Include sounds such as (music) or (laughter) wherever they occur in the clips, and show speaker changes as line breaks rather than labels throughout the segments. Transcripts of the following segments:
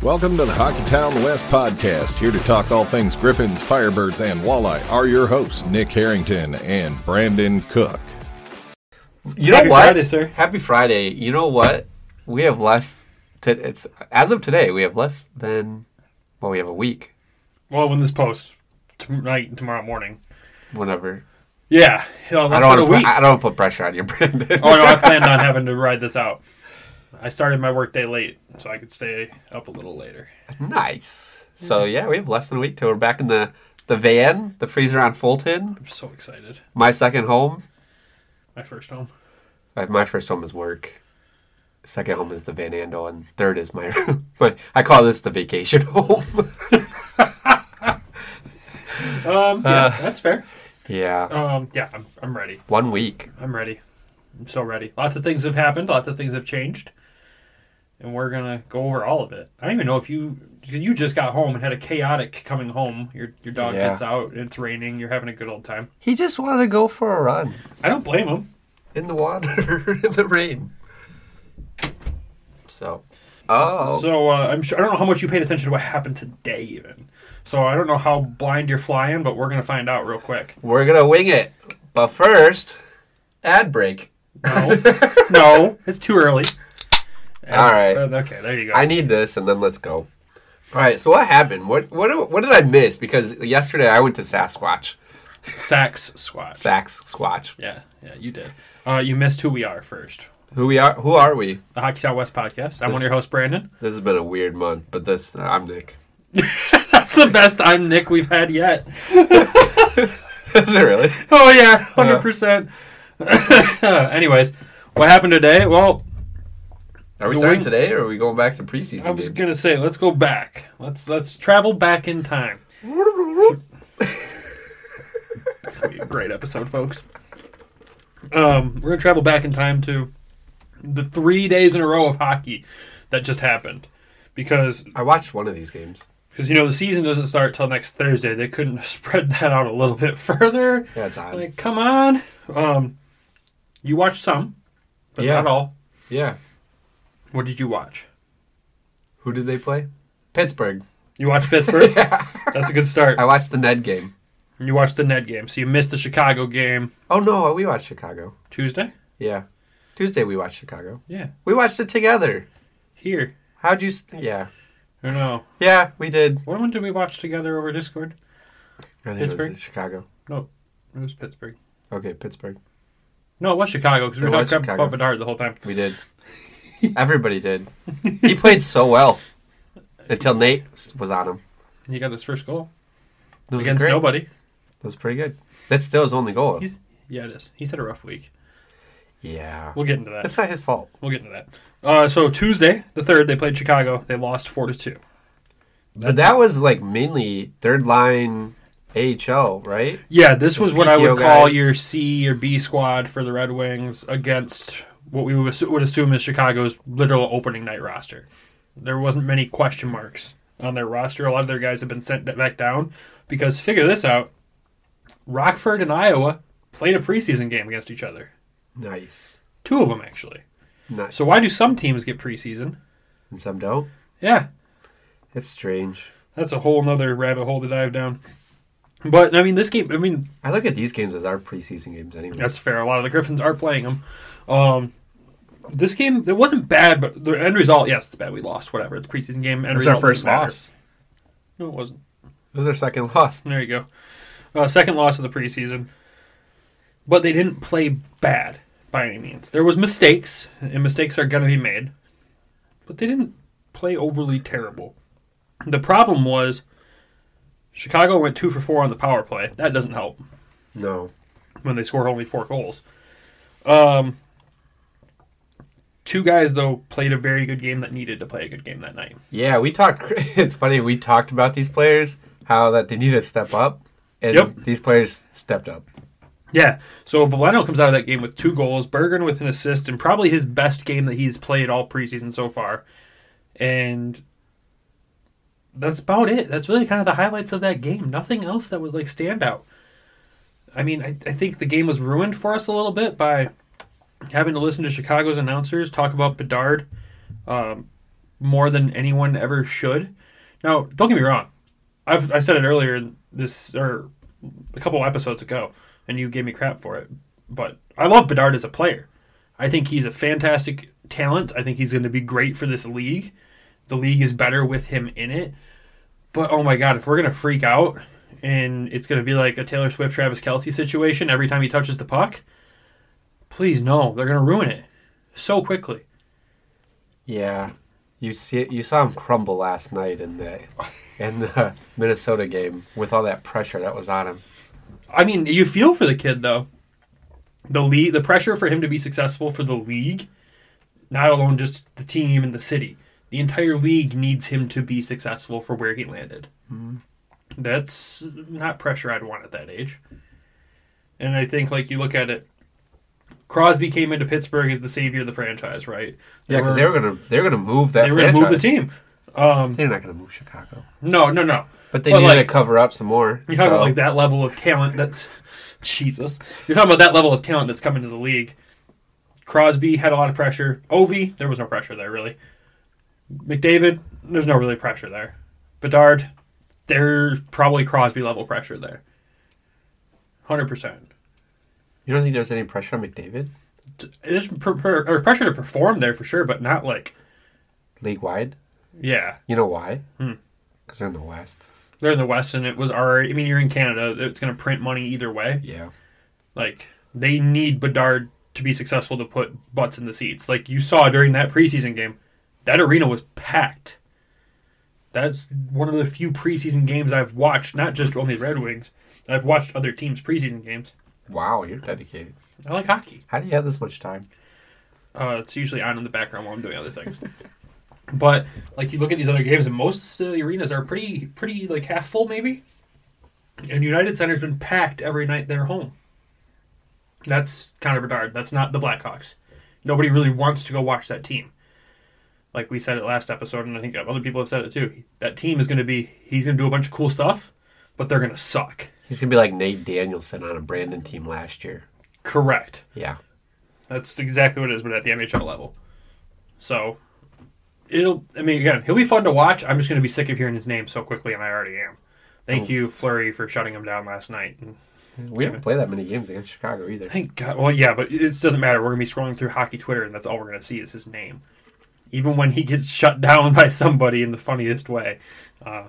Welcome to the Hockeytown West podcast. Here to talk all things Griffins, Firebirds, and Walleye are your hosts, Nick Harrington and Brandon Cook.
You know
Happy
what?
Friday, sir.
Happy Friday. You know what? We have less. To, it's as of today. We have less than. Well, we have a week.
Well, when this posts tonight and tomorrow morning.
Whenever
Yeah, hell,
I
that's
don't
not a
want
week.
to. I don't put pressure on you, (laughs) Brandon.
oh no, I planned on having to ride this out. I started my workday late, so I could stay up a little later.
nice. So yeah, we have less than a week till we're back in the the van, the freezer on Fulton,
I'm so excited.
my second home.
My first home.
Uh, My first home is work. Second home is the Van Andel, and third is my. (laughs) my I call this the vacation (laughs) home.
Um, yeah,
Uh,
that's fair.
yeah,
Um, yeah, I'm, I'm ready.
one week.
I'm ready. I'm so ready. Lots of things have happened. Lots of things have changed, and we're gonna go over all of it. I don't even know if you you just got home and had a chaotic coming home. Your your dog
Yeah.
gets out. It's raining. You're having a good old time.
He just wanted to go for a run
I don't blame him.
in the water (laughs) in the rain. So, oh,
So uh, I'm sure I don't know how much you paid attention to what happened today, even. So I don't know how blind you're flying, but we're gonna find out real quick.
we're gonna wing it. But first, ad break.
(laughs) No, (laughs) no, it's too early.
All right.
Uh, okay, there you go.
I need this, and then let's go. All right. So what happened? What what what did I miss? Because yesterday I went to Sasquatch,
Sax squat.
Sax Squatch.
yeah, yeah, you did. Uh, you missed who we are first.
Who we are? Who are we?
The Hockey Town West podcast. I'm one
This-
of your hosts, Brandon.
This has been a weird month, but this I'm Nick.
(laughs)
(laughs)
That's the best I'm Nick we've had yet.
Is it really?
Oh yeah, hundred percent. (laughs) Anyways, what happened today? Well,
Are we
The
starting
wing-
today, or are we going back to preseason?
I was
games?
gonna say let's go back. Let's let's travel back in time. It's gonna be a great episode, folks. Um, we're gonna travel back in time to the three days in a row of hockey that just happened, because
I watched one of these games.
because you know the season doesn't start till next Thursday. They couldn't (laughs) have spread that out a little bit further.
Yeah, it's odd.
Like, come on. Um, you watched some, but
Yeah.
not all.
yeah.
What did you watch?
Who did they play? Pittsburgh.
You watched (laughs) Pittsburgh. That's a good start.
I watched the Ned game.
You watched the Ned game, so you missed the Chicago game
Oh no, we watched Chicago.
Tuesday.
Yeah, Tuesday we watched Chicago.
Yeah,
We watched it together.
here.
How'd you? St- yeah,
I don't know.
yeah, we did.
What one did we watch together over Discord?
I think
Pittsburgh?
It was Chicago.
No, it was Pittsburgh.
Okay, Pittsburgh.
No, it was Chicago because we
It
were
was
talking about
Chicago.
Bedard the whole time.
We did. (laughs) Everybody (laughs) did. He played so well until Nate was on him.
He got his first goal
It was
against
great.
nobody.
It was pretty good. That's still his only goal.
He's yeah, it is. He's had a rough week.
yeah,
We'll get into that.
that's not his fault.
We'll get into that. Uh, so Tuesday, the third, they played Chicago. They lost four to two.
But that was like mainly third line AHL, right?
Yeah, this was what I
PTO
would call
guys.
your C or B squad for the Red Wings against what we would assu- would assume is Chicago's literal opening night roster. There wasn't many question marks on their roster. A lot of their guys have been sent back down because figure this out: Rockford and Iowa played a preseason game against each other.
Nice,
Two of them actually.
nice.
So why do some teams get preseason?
and some don't?
Yeah,
It's strange.
that's a whole nother rabbit hole to dive down. But I mean, this game. I mean,
I look at these games as our preseason games anyway.
That's fair. A lot of the Griffins are playing them. Um, this game it wasn't bad, but the end result, yes, it's bad. We lost. Whatever. It's a preseason game. End
it was
result
our first
doesn't matter.
loss.
No, it wasn't.
It was our second (laughs) loss.
There you go. Uh, second loss of the preseason. But they didn't play bad by any means. There was mistakes, and mistakes are going to be made. But they didn't play overly terrible. The problem was Chicago went two for four on the power play. That doesn't help
No.
when they scored only four goals. Um, Two guys though played a very good game that needed to play a good game that night.
Yeah, we talked. (laughs) It's funny we talked about these players how that they need to step up, and
Yep.
these players stepped up.
Yeah. So Valeno comes out of that game with two goals, Bergen with an assist, and probably his best game that he's played all preseason so far. And that's about it. That's really kind of the highlights of that game. Nothing else that was like standout. I mean, I, I think the game was ruined for us a little bit by having to listen to Chicago's announcers talk about Bedard um, more than anyone ever should. Now, don't get me wrong. I've, I said it earlier this or a couple episodes ago, and you gave me crap for it. But I love Bedard as a player. I think he's a fantastic talent. I think he's going to be great for this league. The league is better with him in it. But oh my god, if we're going to freak out and it's going to be like a Taylor Swift Travis Kelsey situation every time he touches the puck, please no, they're going to ruin it so quickly.
Yeah, you see, it, you saw him crumble last night in the in the (laughs) Minnesota game with all that pressure that was on him.
I mean, you feel for the kid though. The league, the pressure for him to be successful for the league, not alone just the team and the city. The entire league needs him to be successful for where he landed. That's not pressure I'd want at that age. And I think, like you look at it, Crosby came into Pittsburgh as the savior of the franchise, right?
Yeah, because they were gonna they were gonna move that.
they were going to move the
franchise.
team. Um,
They're not gonna move Chicago,
no, no, no.
but they
But,
needed
like-
to cover up some more.
You're talking
so-
about like that level of talent. That's (laughs) Jesus. You're talking about that level of talent that's coming to the league. Crosby had a lot of pressure. Ovi, there was no pressure there really. McDavid, there's no really pressure there. Bedard, there's probably Crosby level pressure there. Hundred percent.
You don't think there's any pressure on McDavid
There's per, per, or pressure to perform there for sure, but not like
league wide?
yeah.
You know why?
Hmm.
Because they're in the West.
They're in the West, and it was already. I mean, you're in Canada. It's going to print money either way.
Yeah.
Like they need Bedard to be successful to put butts in the seats. Like you saw during that preseason game, that arena was packed. That's one of the few preseason games I've watched, not just only Red Wings. I've watched other teams' preseason games.
Wow, you're dedicated.
I like hockey.
How do you have this much time?
Uh, it's usually on in the background while I'm doing other things. (laughs) but like you look at these other games, and most of the arenas are pretty, pretty like half full maybe. And United Center's been packed every night they're home. That's Connor Bedard. That's not the Blackhawks. Nobody really wants to go watch that team. Like we said it last episode, and I think other people have said it too. That team is going to be. He's going to do a bunch of cool stuff, but they're going to suck.
He's gonna be like Nate Danielson on a Brandon team last year.
Correct.
Yeah.
That's exactly what it is, but at the NHL level. So it'll. I mean, again, he'll be fun to watch. I'm just going to be sick of hearing his name so quickly, and I already am. Thank you, Flurry, for shutting him down last night. And
We didn't play that many games against Chicago either.
thank God. Well, yeah, but it doesn't matter. We're going to be scrolling through hockey Twitter, and that's all we're going to see is his name. Even when he gets shut (laughs) down by somebody in the funniest way, uh,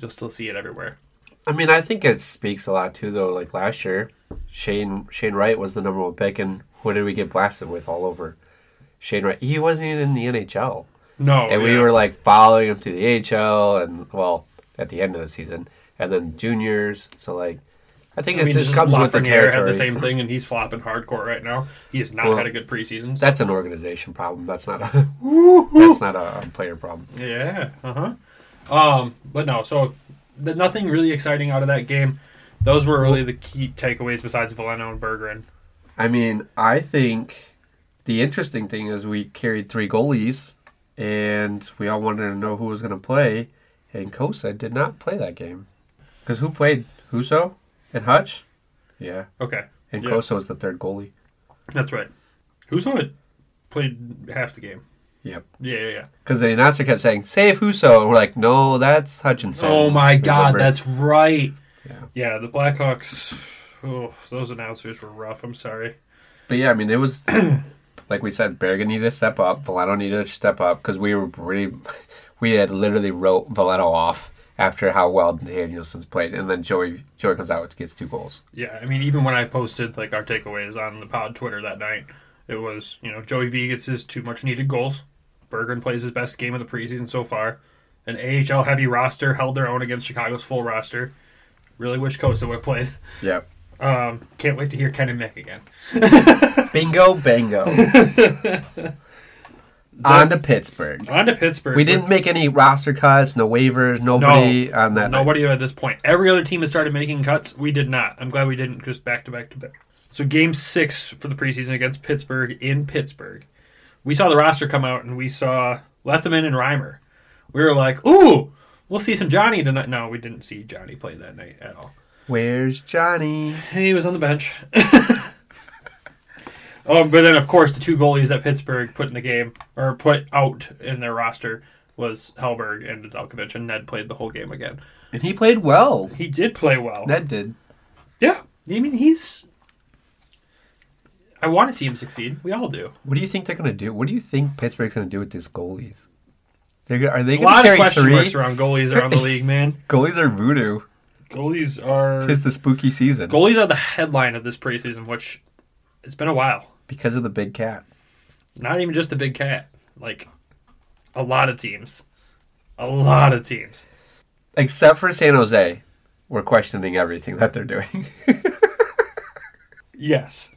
you'll still see it everywhere.
I mean, I think it speaks a lot too, though. Like last year, Shane Shane Wright was the number one pick, and what did we get blasted with all over? Shane Wright. He wasn't even in the NHL,
No,
and we
yeah.
were like following him to the AHL, and well, at the end of the season, and then juniors. So like, I think
I mean,
it just
just
comes with the
Lafreniere had
territory.
the same thing, and he's flopping hardcore right now. He has not
Well,
had a good preseason.
That's an organization problem. That's not
(laughs)
a that's not a player problem.
Yeah. Uh huh. Um, but no, so th- nothing really exciting out of that game. Those were really the key takeaways besides Valeno and Bergeron.
I mean, I think the interesting thing is we carried three goalies, and we all wanted to know who was going to play, and Kosa did not play that game. Because who played? Huso and Hutch? Yeah.
Okay,
And
Yeah.
Kosa was the third goalie.
that's right. Who's on it? Played half the game.
Yep.
Yeah, yeah, yeah.
Because the announcer kept saying, save Huso. And we're like, no, that's Hutchinson.
Oh my God,
Remember?
that's right.
Yeah.
Yeah, the Blackhawks. Oh, those announcers were rough. I'm sorry.
But yeah, I mean, it was (clears throat) like we said, Bergen needed to step up, Valeno needed to step up because we were really, (laughs) we had literally wrote Valeno off after how well Danielson's played, and then Joey Joey comes out gets two goals.
Yeah, I mean, even when I posted like our takeaways on the pod Twitter that night, it was you know Joey V gets his two much needed goals. Bergeron plays his best game of the preseason so far. An AHL heavy roster held their own against Chicago's full roster. Really wish Kosa would have played.
Yep.
Um, can't wait to hear Ken and Mick again.
Bingo, bango. On to Pittsburgh.
On to Pittsburgh.
We didn't make any roster cuts, no waivers, nobody on that. night.
Nobody at this point. Every other team has started making cuts. We did not. I'm glad we didn't just back to back to back. So game six for the preseason against Pittsburgh in Pittsburgh. We saw the roster come out and we saw Letheman and Reimer. We were like, ooh, we'll see some Johnny tonight. No, we didn't see Johnny play that night at all.
Where's Johnny?
He was on the bench. (laughs) oh, but then of course the two goalies that Pittsburgh put in the game or put out in their roster was Hellberg and Dalkovich, and Ned played the whole game again.
And he played well.
He did play well.
Ned did.
Yeah, I mean he's. I want to see him succeed. We all do.
What do you think they're going to do? What do you think Pittsburgh's going to do with these goalies? They're gonna, are they
A
going to
lot of
carry
question
three?
marks around goalies around the
(laughs)
league, man.
Goalies are voodoo.
Goalies are
It's the spooky season
goalies are the headline of this preseason, which it's been a while.
because of the big cat.
Not even just the big cat, like a lot of teams, a lot of teams.
Except for San Jose, we're questioning everything that they're doing. (laughs)
Yes.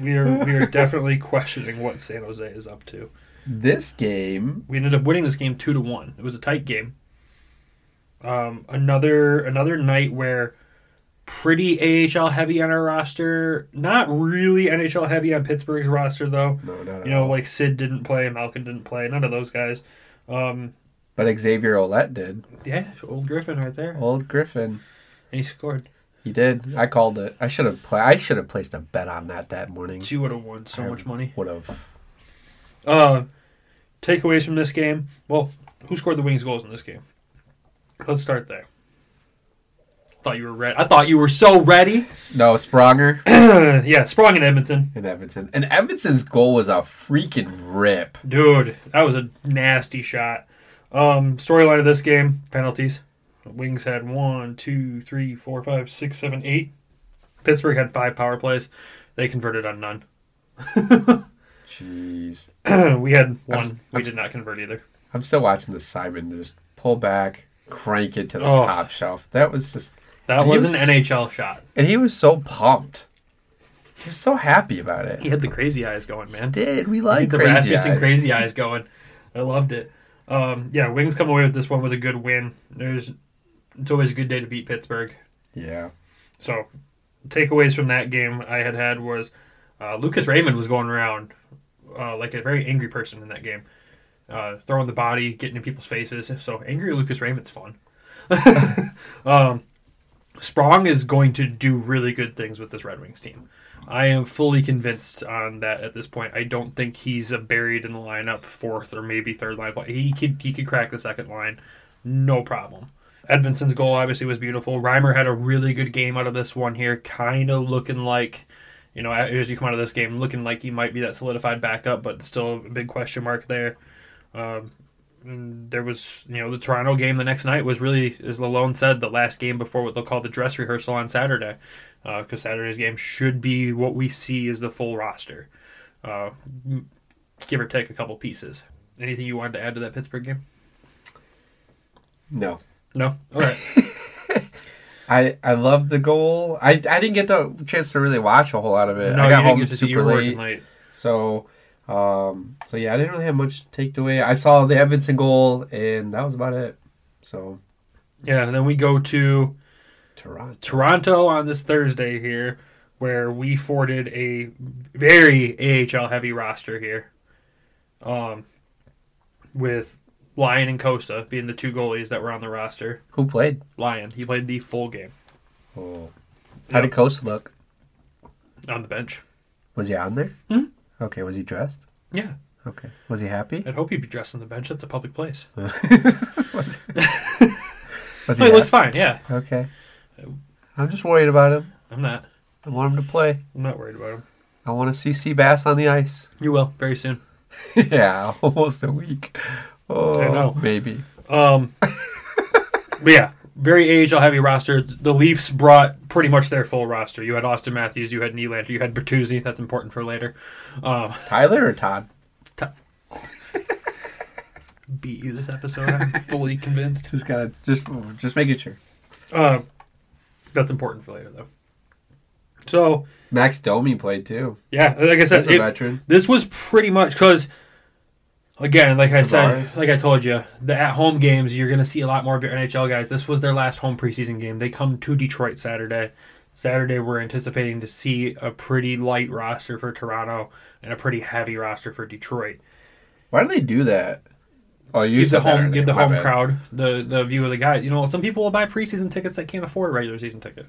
We are we are definitely questioning what San Jose is up to.
this game,
We ended up winning this game two to one. It was a tight game. Um, another another night where pretty AHL heavy on our roster. Not really NHL heavy on Pittsburgh's roster though.
No, not at
you know,
all.
like Sid didn't play, Malkin didn't play, none of those guys. Um,
but Xavier Olette did.
yeah, old Griffin right there.
Old Griffin.
And he scored.
He did. I called it. I should have pla I should have placed a bet on that that morning.
She would have won so much money.
Would have.
Uh, takeaways from this game. Well, who scored the Wings goals in this game? Let's start there. Thought you were ready. I thought you were so ready. (laughs)
No, Spronger
yeah, Sprong and Edmonton,
and Evanson. And Evanson's goal was a freaking rip.
dude, that was a nasty shot. Um, storyline of this game: penalties. Wings had one, two, three, four, five, six, seven, eight. Pittsburgh had five power plays. They converted on none. (clears throat)
Jeez.
we had one.
s-
we
I'm
did
s-
not convert either.
I'm still watching the Simon just pull back, crank it to the
Oh.
top shelf. That was just,
That
He
was
was-
an NHL shot.
and he was so pumped. He was so happy about it.
He had the crazy eyes going, man.
Did we
I
like
think the
crazy,
Rasmussen
eyes.
crazy eyes going. I loved it. Um, yeah, Wings come away with this one with a good win. There's it's always a good day to beat Pittsburgh.
Yeah,
So takeaways from that game I had had was uh, Lucas Raymond was going around uh, like a very angry person in that game, uh, throwing the body, getting in people's faces. So angry Lucas Raymond's fun. (laughs) um, Sprong is going to do really good things with this Red Wings team. I am fully convinced on that at this point. I don't think he's uh, buried in the lineup, fourth or maybe third line. But he could he could crack the second line, no problem. Edmondson's goal obviously was beautiful. Reimer had a really good game out of this one here, kind of looking like, you know, as you come out of this game, looking like he might be that solidified backup, but still a big question mark there. Um, and there was, you know, the Toronto game the next night was really, as Lalone said, the last game before what they'll call the dress rehearsal on Saturday, because Saturday's game should be what we see as the full roster, uh, m- give or take a couple pieces. Anything you wanted to add to that Pittsburgh game?
no,
No. All right.
I I love the goal. I I didn't get the chance to really watch a whole lot of it.
No,
I
you
got
didn't
home
get to see- you
super
were working
late, so um, so yeah, I didn't really have much to take away. I saw the Evanson goal, and that was about it. So
Yeah, and then we go to
Toronto,
Toronto on this Thursday here, where we forded a very AHL heavy roster here, um, with Lyon and Costa being the two goalies that were on the roster.
who played?
Lyon, he played the full game
Oh. How did Coast look?
on the bench.
Was he on there? Okay, was he dressed?
Yeah,
Okay, was he happy?
I'd hope he'd be dressed on the bench. That's a public place.
Was
No, he looks fine. Yeah,
happy? Okay, I'm just worried about him.
I'm not.
I want him to play.
I'm not worried about him.
I want to see C Bass on the ice.
You will very soon.
(laughs) yeah, (laughs) almost a week. Oh,
know.
maybe.
Um, but yeah, very AHL heavy roster. The Leafs brought pretty much their full roster. You had Austin Matthews, you had Nylander, you had Bertuzzi. That's important for later. Um,
Tyler or Todd?
t- (laughs) beat you this episode. I'm fully (laughs) convinced.
Just gotta just just making sure.
Um, that's important for later though. So
Max Domi played too.
yeah, like I said,
He's a
it-
veteran.
this was pretty much because again, like I
Tavares.
said, like I told you, the at-home games you're gonna see a lot more of your NHL guys. This was their last home preseason game. They come to Detroit Saturday. Saturday, we're anticipating to see a pretty light roster for Toronto and a pretty heavy roster for Detroit.
Why do they do that? Oh, you
give the
said that
home
earlier.
give the
My
home
bad.
crowd the the view of the guy. You know, some people will buy preseason tickets that can't afford regular season ticket,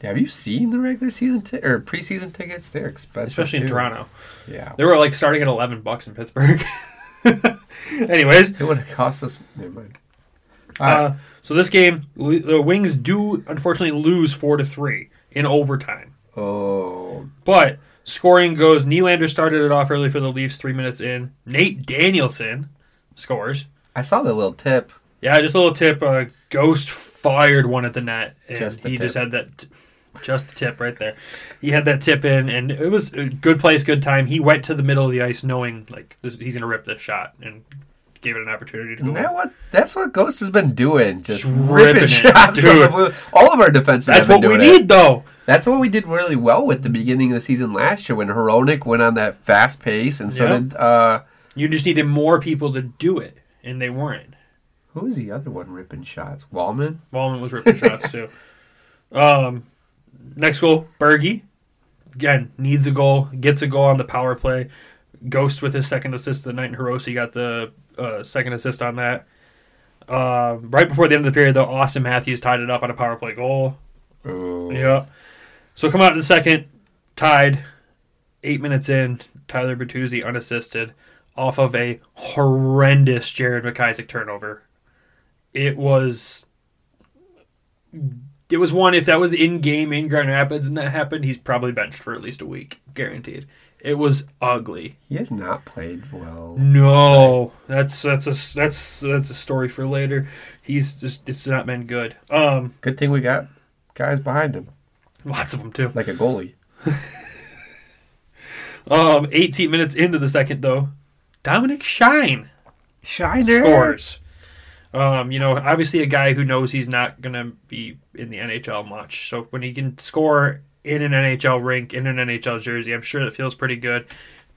Have you seen the regular season ti- or preseason tickets? They're expensive,
especially in
too.
Toronto.
Yeah,
They were like starting at eleven bucks in Pittsburgh. (laughs) Anyways,
it would have cost us. Never mind.
uh, so this game le- the Wings do unfortunately lose four to three in overtime,
Oh,
but scoring goes. Nylander started it off early for the Leafs, three minutes in. Nate Danielson scores.
I saw the little tip.
Yeah, just a little tip. Uh, Ghost fired one at the net, and
Just the
he just
tip.
had that, t- just the tip right there. He had that tip in, and it was a good place, good time. He went to the middle of the ice, knowing like this, he's gonna rip this shot, and gave it an opportunity to go.
Isn't
in.
that what? That's what Ghost has been doing. Just,
Just
ripping,
ripping it,
shots. from
dude.
the blue. All of our defensemen.
That's
have been
what we
doing it.
need, though.
That's what we did really well with the beginning of the season last year when Heronic went on that fast pace, and so
Yeah.
did uh,
You just needed more people to do it, and they weren't.
who was the other one ripping shots? Wallman.
Wallman was ripping shots too. Um, next goal, Bergie. Again, needs a goal, gets a goal on the power play. Ghost with his second assist of the night, and Hirose got the uh, second assist on that. Uh, right before the end of the period, though, Austin Matthews tied it up on a power play goal.
Oh.
Yeah. So come out in the second, tied. Eight minutes in, Tyler Bertuzzi unassisted, off of a horrendous Jared McIsaac turnover. It was. It was one. If that was in game in Grand Rapids and that happened, he's probably benched for at least a week, guaranteed. It was ugly.
He has not played well.
No, that's that's a that's that's a story for later. He's just it's not been good. Um,
Good thing we got guys behind him,
lots of them too.
like a goalie.
Um, 18 minutes into the second, though, Dominic Shine
Shiner
scores. Um, you know, obviously a guy who knows he's not going to be in the NHL much. So when he can score in an NHL rink, in an NHL jersey, I'm sure it feels pretty good.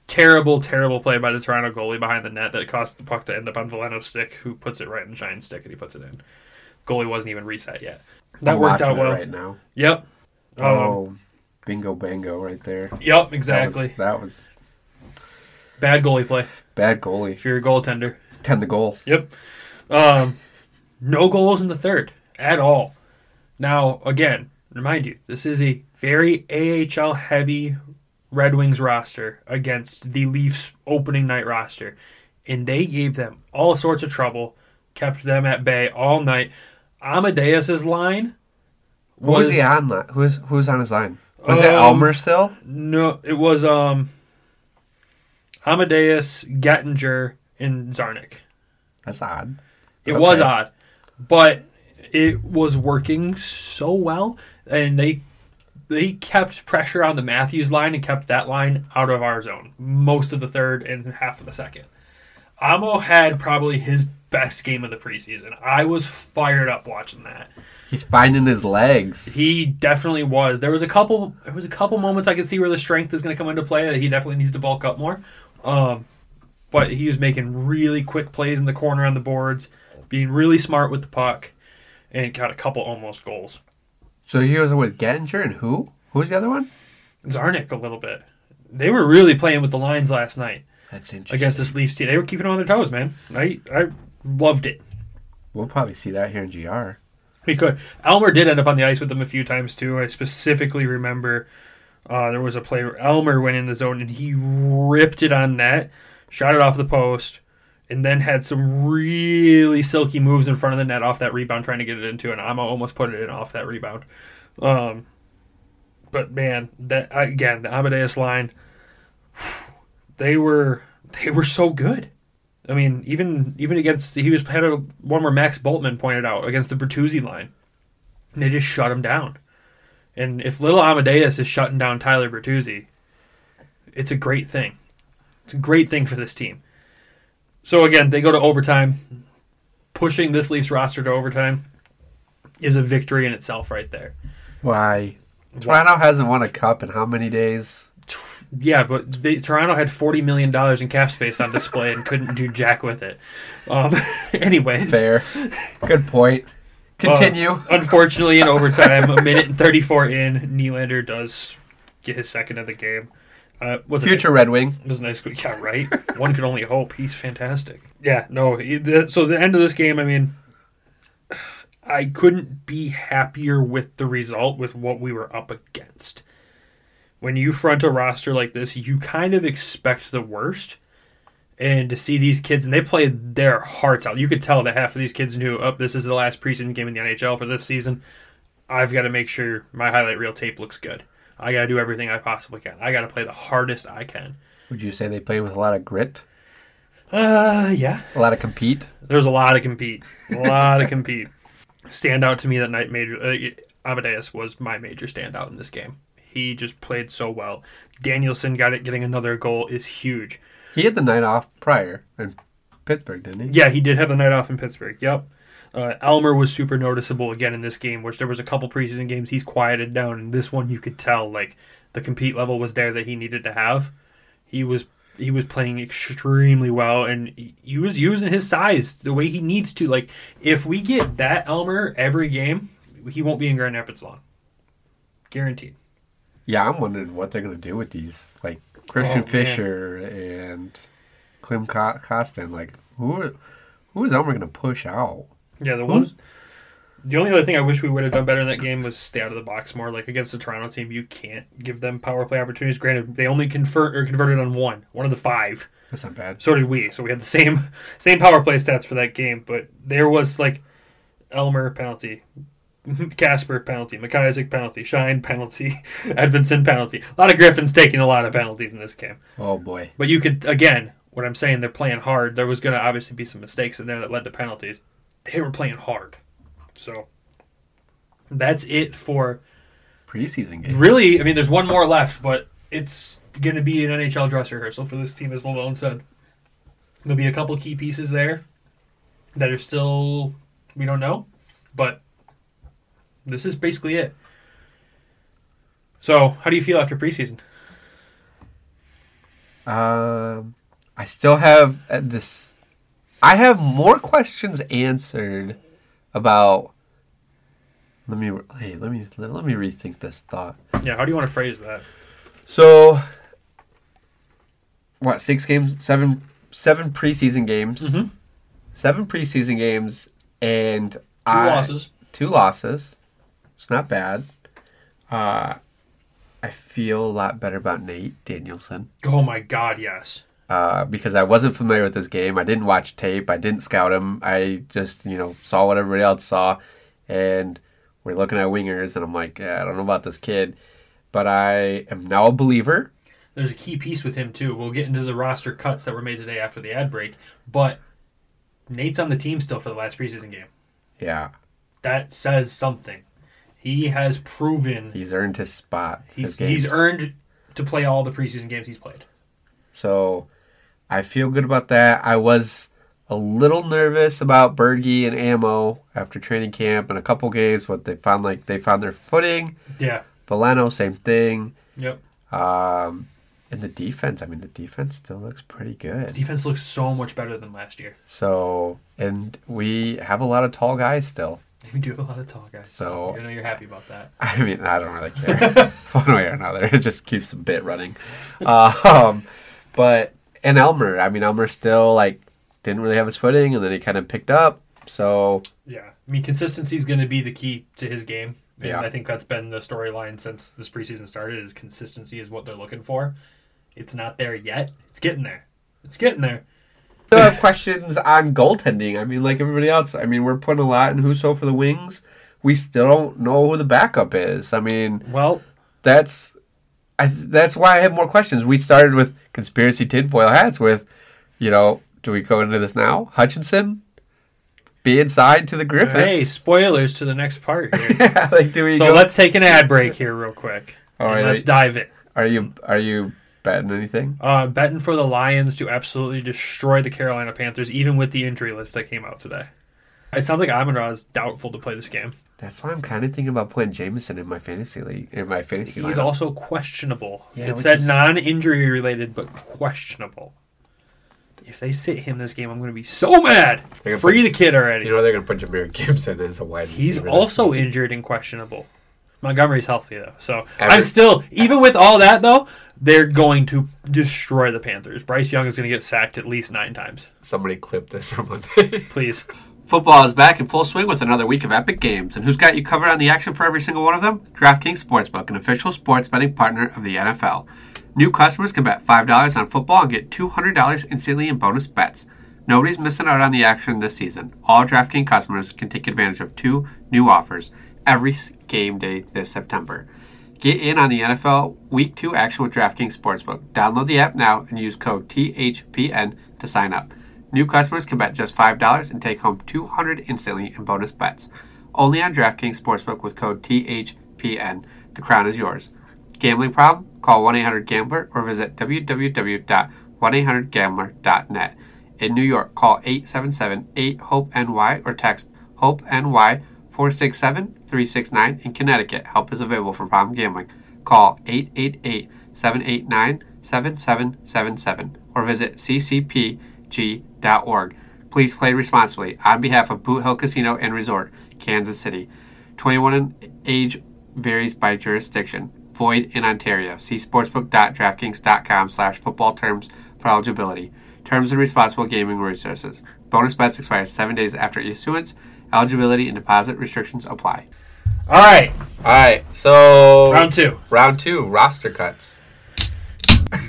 Terrible, terrible play by the Toronto goalie behind the net that caused the puck to end up on Valeno's stick, who puts it right in Shine's stick and he puts it in. Goalie wasn't even reset yet. That
I'm
worked
watching
out
it
well.
right now.
Yep. Um,
oh, bingo bango right there.
Yep, exactly.
That was, that was
Bad goalie play
bad goalie.
if you're a goaltender.
Ten the goal.
Yep. Um, no goals in the third at all. Now, again, remind you, this is a very AHL heavy Red Wings roster against the Leafs opening night roster. And they gave them all sorts of trouble, kept them at bay all night. Amadeus's line
Who was,
was
he on? That? Who was who was on his line? Was that
Um,
Elmer still?
no it was um Amadeus, Gettinger, and Zarnik.
That's odd.
It was
Okay.
odd, but it was working so well, and they they kept pressure on the Matthews line and kept that line out of our zone most of the third and half of the second. Amo had probably his best game of the preseason. I was fired up watching that.
He's finding his legs.
He definitely was. There was a couple. There was a couple moments I could see where the strength is going to come into play. That he definitely needs to bulk up more. Um, but he was making really quick plays in the corner on the boards, being really smart with the puck, and got a couple almost goals.
So he was with Gettinger and who? Who was the other one?
Zarnik a little bit. They were really playing with the lines last night
That's interesting.
against this Leafs team. They were keeping them on their toes, man. I I loved it.
We'll probably see that here in GR.
He could. Elmer did end up on the ice with them a few times too. I specifically remember uh, there was a play where Elmer went in the zone and he ripped it on net, shot it off the post, and then had some really silky moves in front of the net off that rebound, trying to get it into. And Amo almost put it in off that rebound. Um, but man, that again, the Amadeus line, (sighs) they were they were so good. I mean, even even against he was had a one where Max Boltman pointed out against the Bertuzzi line, they just shut him down. And if little Amadeus is shutting down Tyler Bertuzzi, it's a great thing. It's a great thing for this team. So again, they go to overtime. Pushing this Leafs roster to overtime is a victory in itself, right there.
Why? Toronto hasn't won a cup in how many days?
Yeah, but they, Toronto had forty million dollars in cap space on display and couldn't do jack with it. Um, (laughs) anyways, (laughs)
Fair. Good point.
uh,
Continue.
unfortunately, in overtime, a minute and thirty-four in, Nylander does get his second of the game. Uh, was
(laughs)
it-
Future Red Wing.
It was a nice. Yeah, right. One could only hope he's fantastic. Yeah, no. he- the- So the end of this game, I mean, I couldn't be happier with the result with what we were up against. When you front a roster like this, you kind of expect the worst. And to see these kids, and they played their hearts out. You could tell that half of these kids knew, oh, this is the last preseason game in the NHL for this season. I've got to make sure my highlight reel tape looks good. I got to do everything I possibly can. I got to play the hardest I can.
Would you say they play with a lot of grit?
Uh, yeah.
A lot of compete?
There's a lot of compete. A lot of (laughs) compete. Standout to me that night, major uh, Amadeus was my major standout in this game. He just played so well. Danielson got it. Getting another goal is huge.
He had the night off prior in Pittsburgh, didn't he?
Yeah, he did have the night off in Pittsburgh. Yep. Uh, Elmer was super noticeable again in this game, which there was a couple preseason games he's quieted down. And this one, you could tell like the compete level was there that he needed to have. He was he was playing extremely well, and he- he was using his size the way he needs to. Like if we get that Elmer every game, he won't be in Grand Rapids long, guaranteed.
Yeah, I'm wondering what they're going to do with these. Like Christian
Oh, man.
Fisher and Clem Co- Costin. Like, who, are- who is Elmer going to push out?
Yeah, the
Who's-
ones. The only other thing I wish we would have done better in that game was stay out of the box more. Like against the Toronto team, you can't give them power play opportunities. Granted, they only convert or converted on one, one of the five.
That's not bad.
So did we. So we had the same (laughs) same power play stats for that game. But there was like Elmer penalty, (laughs) Casper penalty, McIsaac penalty, Shine penalty, (laughs) Edmondson penalty. A lot of Griffins taking a lot of penalties in this game.
Oh, boy.
But you could again, what I'm saying, they're playing hard. There was going to obviously be some mistakes in there that led to penalties. They were playing hard, so that's it for
Preseason game.
really. I mean, there's one more left, but it's going to be an NHL dress rehearsal for this team, as Lavone said. There'll be a couple key pieces there that are still we don't know, but this is basically it. So, how do you feel after preseason?
Um, I still have uh, this. I have more questions answered about. Let me hey, let me let, me rethink this thought.
Yeah, how do you want to phrase that?
So, what six games, seven seven preseason games,
Mhm.
seven preseason games, and two
Two losses.
two losses. It's not bad. Uh, I feel a lot better about Nate Danielson.
Oh my God, yes.
uh, because I wasn't familiar with this game. I didn't watch tape. I didn't scout him. I just, you know, saw what everybody else saw. And we're looking at wingers, and I'm like, "Yeah, I don't know about this kid. But I am now a believer.
There's a key piece with him too. We'll get into the roster cuts that were made today after the ad break, but Nate's on the team still for the last preseason game.
Yeah,
That says something. He has proven
he's earned his spot.
he's,
his games.
he's earned to play all the preseason games he's played.
So I feel good about that. I was a little nervous about Bergie and Ammo after training camp and a couple games, but they found like they found their footing.
Yeah.
Valeno, same thing.
Yep.
Um, and the defense, I mean, the defense still looks pretty
His
good.
defense looks so much better than last year. (laughs)
So, and we have a lot of tall guys still. (laughs)
We do have a lot of tall guys.
So-
I know you're happy about that.
I mean, I don't really care one way or another. It just keeps the bit running. Um, but and Elmer, I mean, Elmer still like didn't really have his footing, and then he kind of picked up. So
Yeah. I mean consistency is gonna be the key to his game. And
Yeah.
I think that's been the storyline since this preseason started is consistency is what they're looking for. It's not there yet. It's getting there. It's getting there.
still have questions on goaltending. I mean, like everybody else, I mean, we're putting a lot in Huso for the wings. We still don't know who the backup is. I mean,
Well,
that's I, th- that's why I have more questions. We started with conspiracy tinfoil hats. With you know, do we go into this now? Hutchinson be inside to the
hey,
Griffins.
spoilers to the next
(laughs)
part. Here.
like, do we
so
go?
let's take an ad break here, real quick.
All
and
right,
let's
I-
dive in.
Are you are you betting anything?
Uh, betting for the Lions to absolutely destroy the Carolina Panthers, even with the injury list that came out today. It sounds like Amon Ra is doubtful to play this game.
That's why I'm kind of thinking about playing Jameson in my fantasy league. In my fantasy
He's
lineup.
also questionable.
Yeah,
it
which
said
is-
non-injury related, but questionable. If they sit him this game, I'm going to be so mad.
They're gonna
Free
put-
the kid already.
You know they're going to put Jameer Gibson as a wide receiver.
He's
this
also
week.
injured and questionable. Montgomery's healthy though, so I'm
Every-
still even with all that though, they're going to destroy the Panthers. Bryce Young is going to get sacked at least nine times.
Somebody clip this from Monday.
Please,
Football is back in full swing with another week of epic games, and who's got you covered on the action for every single one of them? DraftKings Sportsbook, an official sports betting partner of the NFL. New customers can bet $5 on football and get $200 instantly in bonus bets. Nobody's missing out on the action this season. All DraftKings customers can take advantage of two new offers every s- game day this September. Get in on the NFL Week 2 action with DraftKings Sportsbook. Download the app now and use code THPN to sign up. New customers can bet just $5 and take home 200 instantly in bonus bets. Only on DraftKings Sportsbook with code THPN. The crown is yours. Gambling problem? Call 1-800-GAMBLER or visit www.1800gambler.net. In New York, call 877-8-HOPE-NY E or text E HOPE-NY 467-369. In Connecticut, help is available for problem gambling. Call 888-789-7777 or visit ccpg.org. Please play responsibly on behalf of Boot Hill Casino and Resort, Kansas City. 21 and age varies by jurisdiction. Void in Ontario. See sportsbook.draftkings.com slash football terms for eligibility. Terms and responsible gaming resources. Bonus bets expire seven days after issuance. Eligibility and deposit restrictions apply.
all right,
All right, so
round two.
round two roster cuts.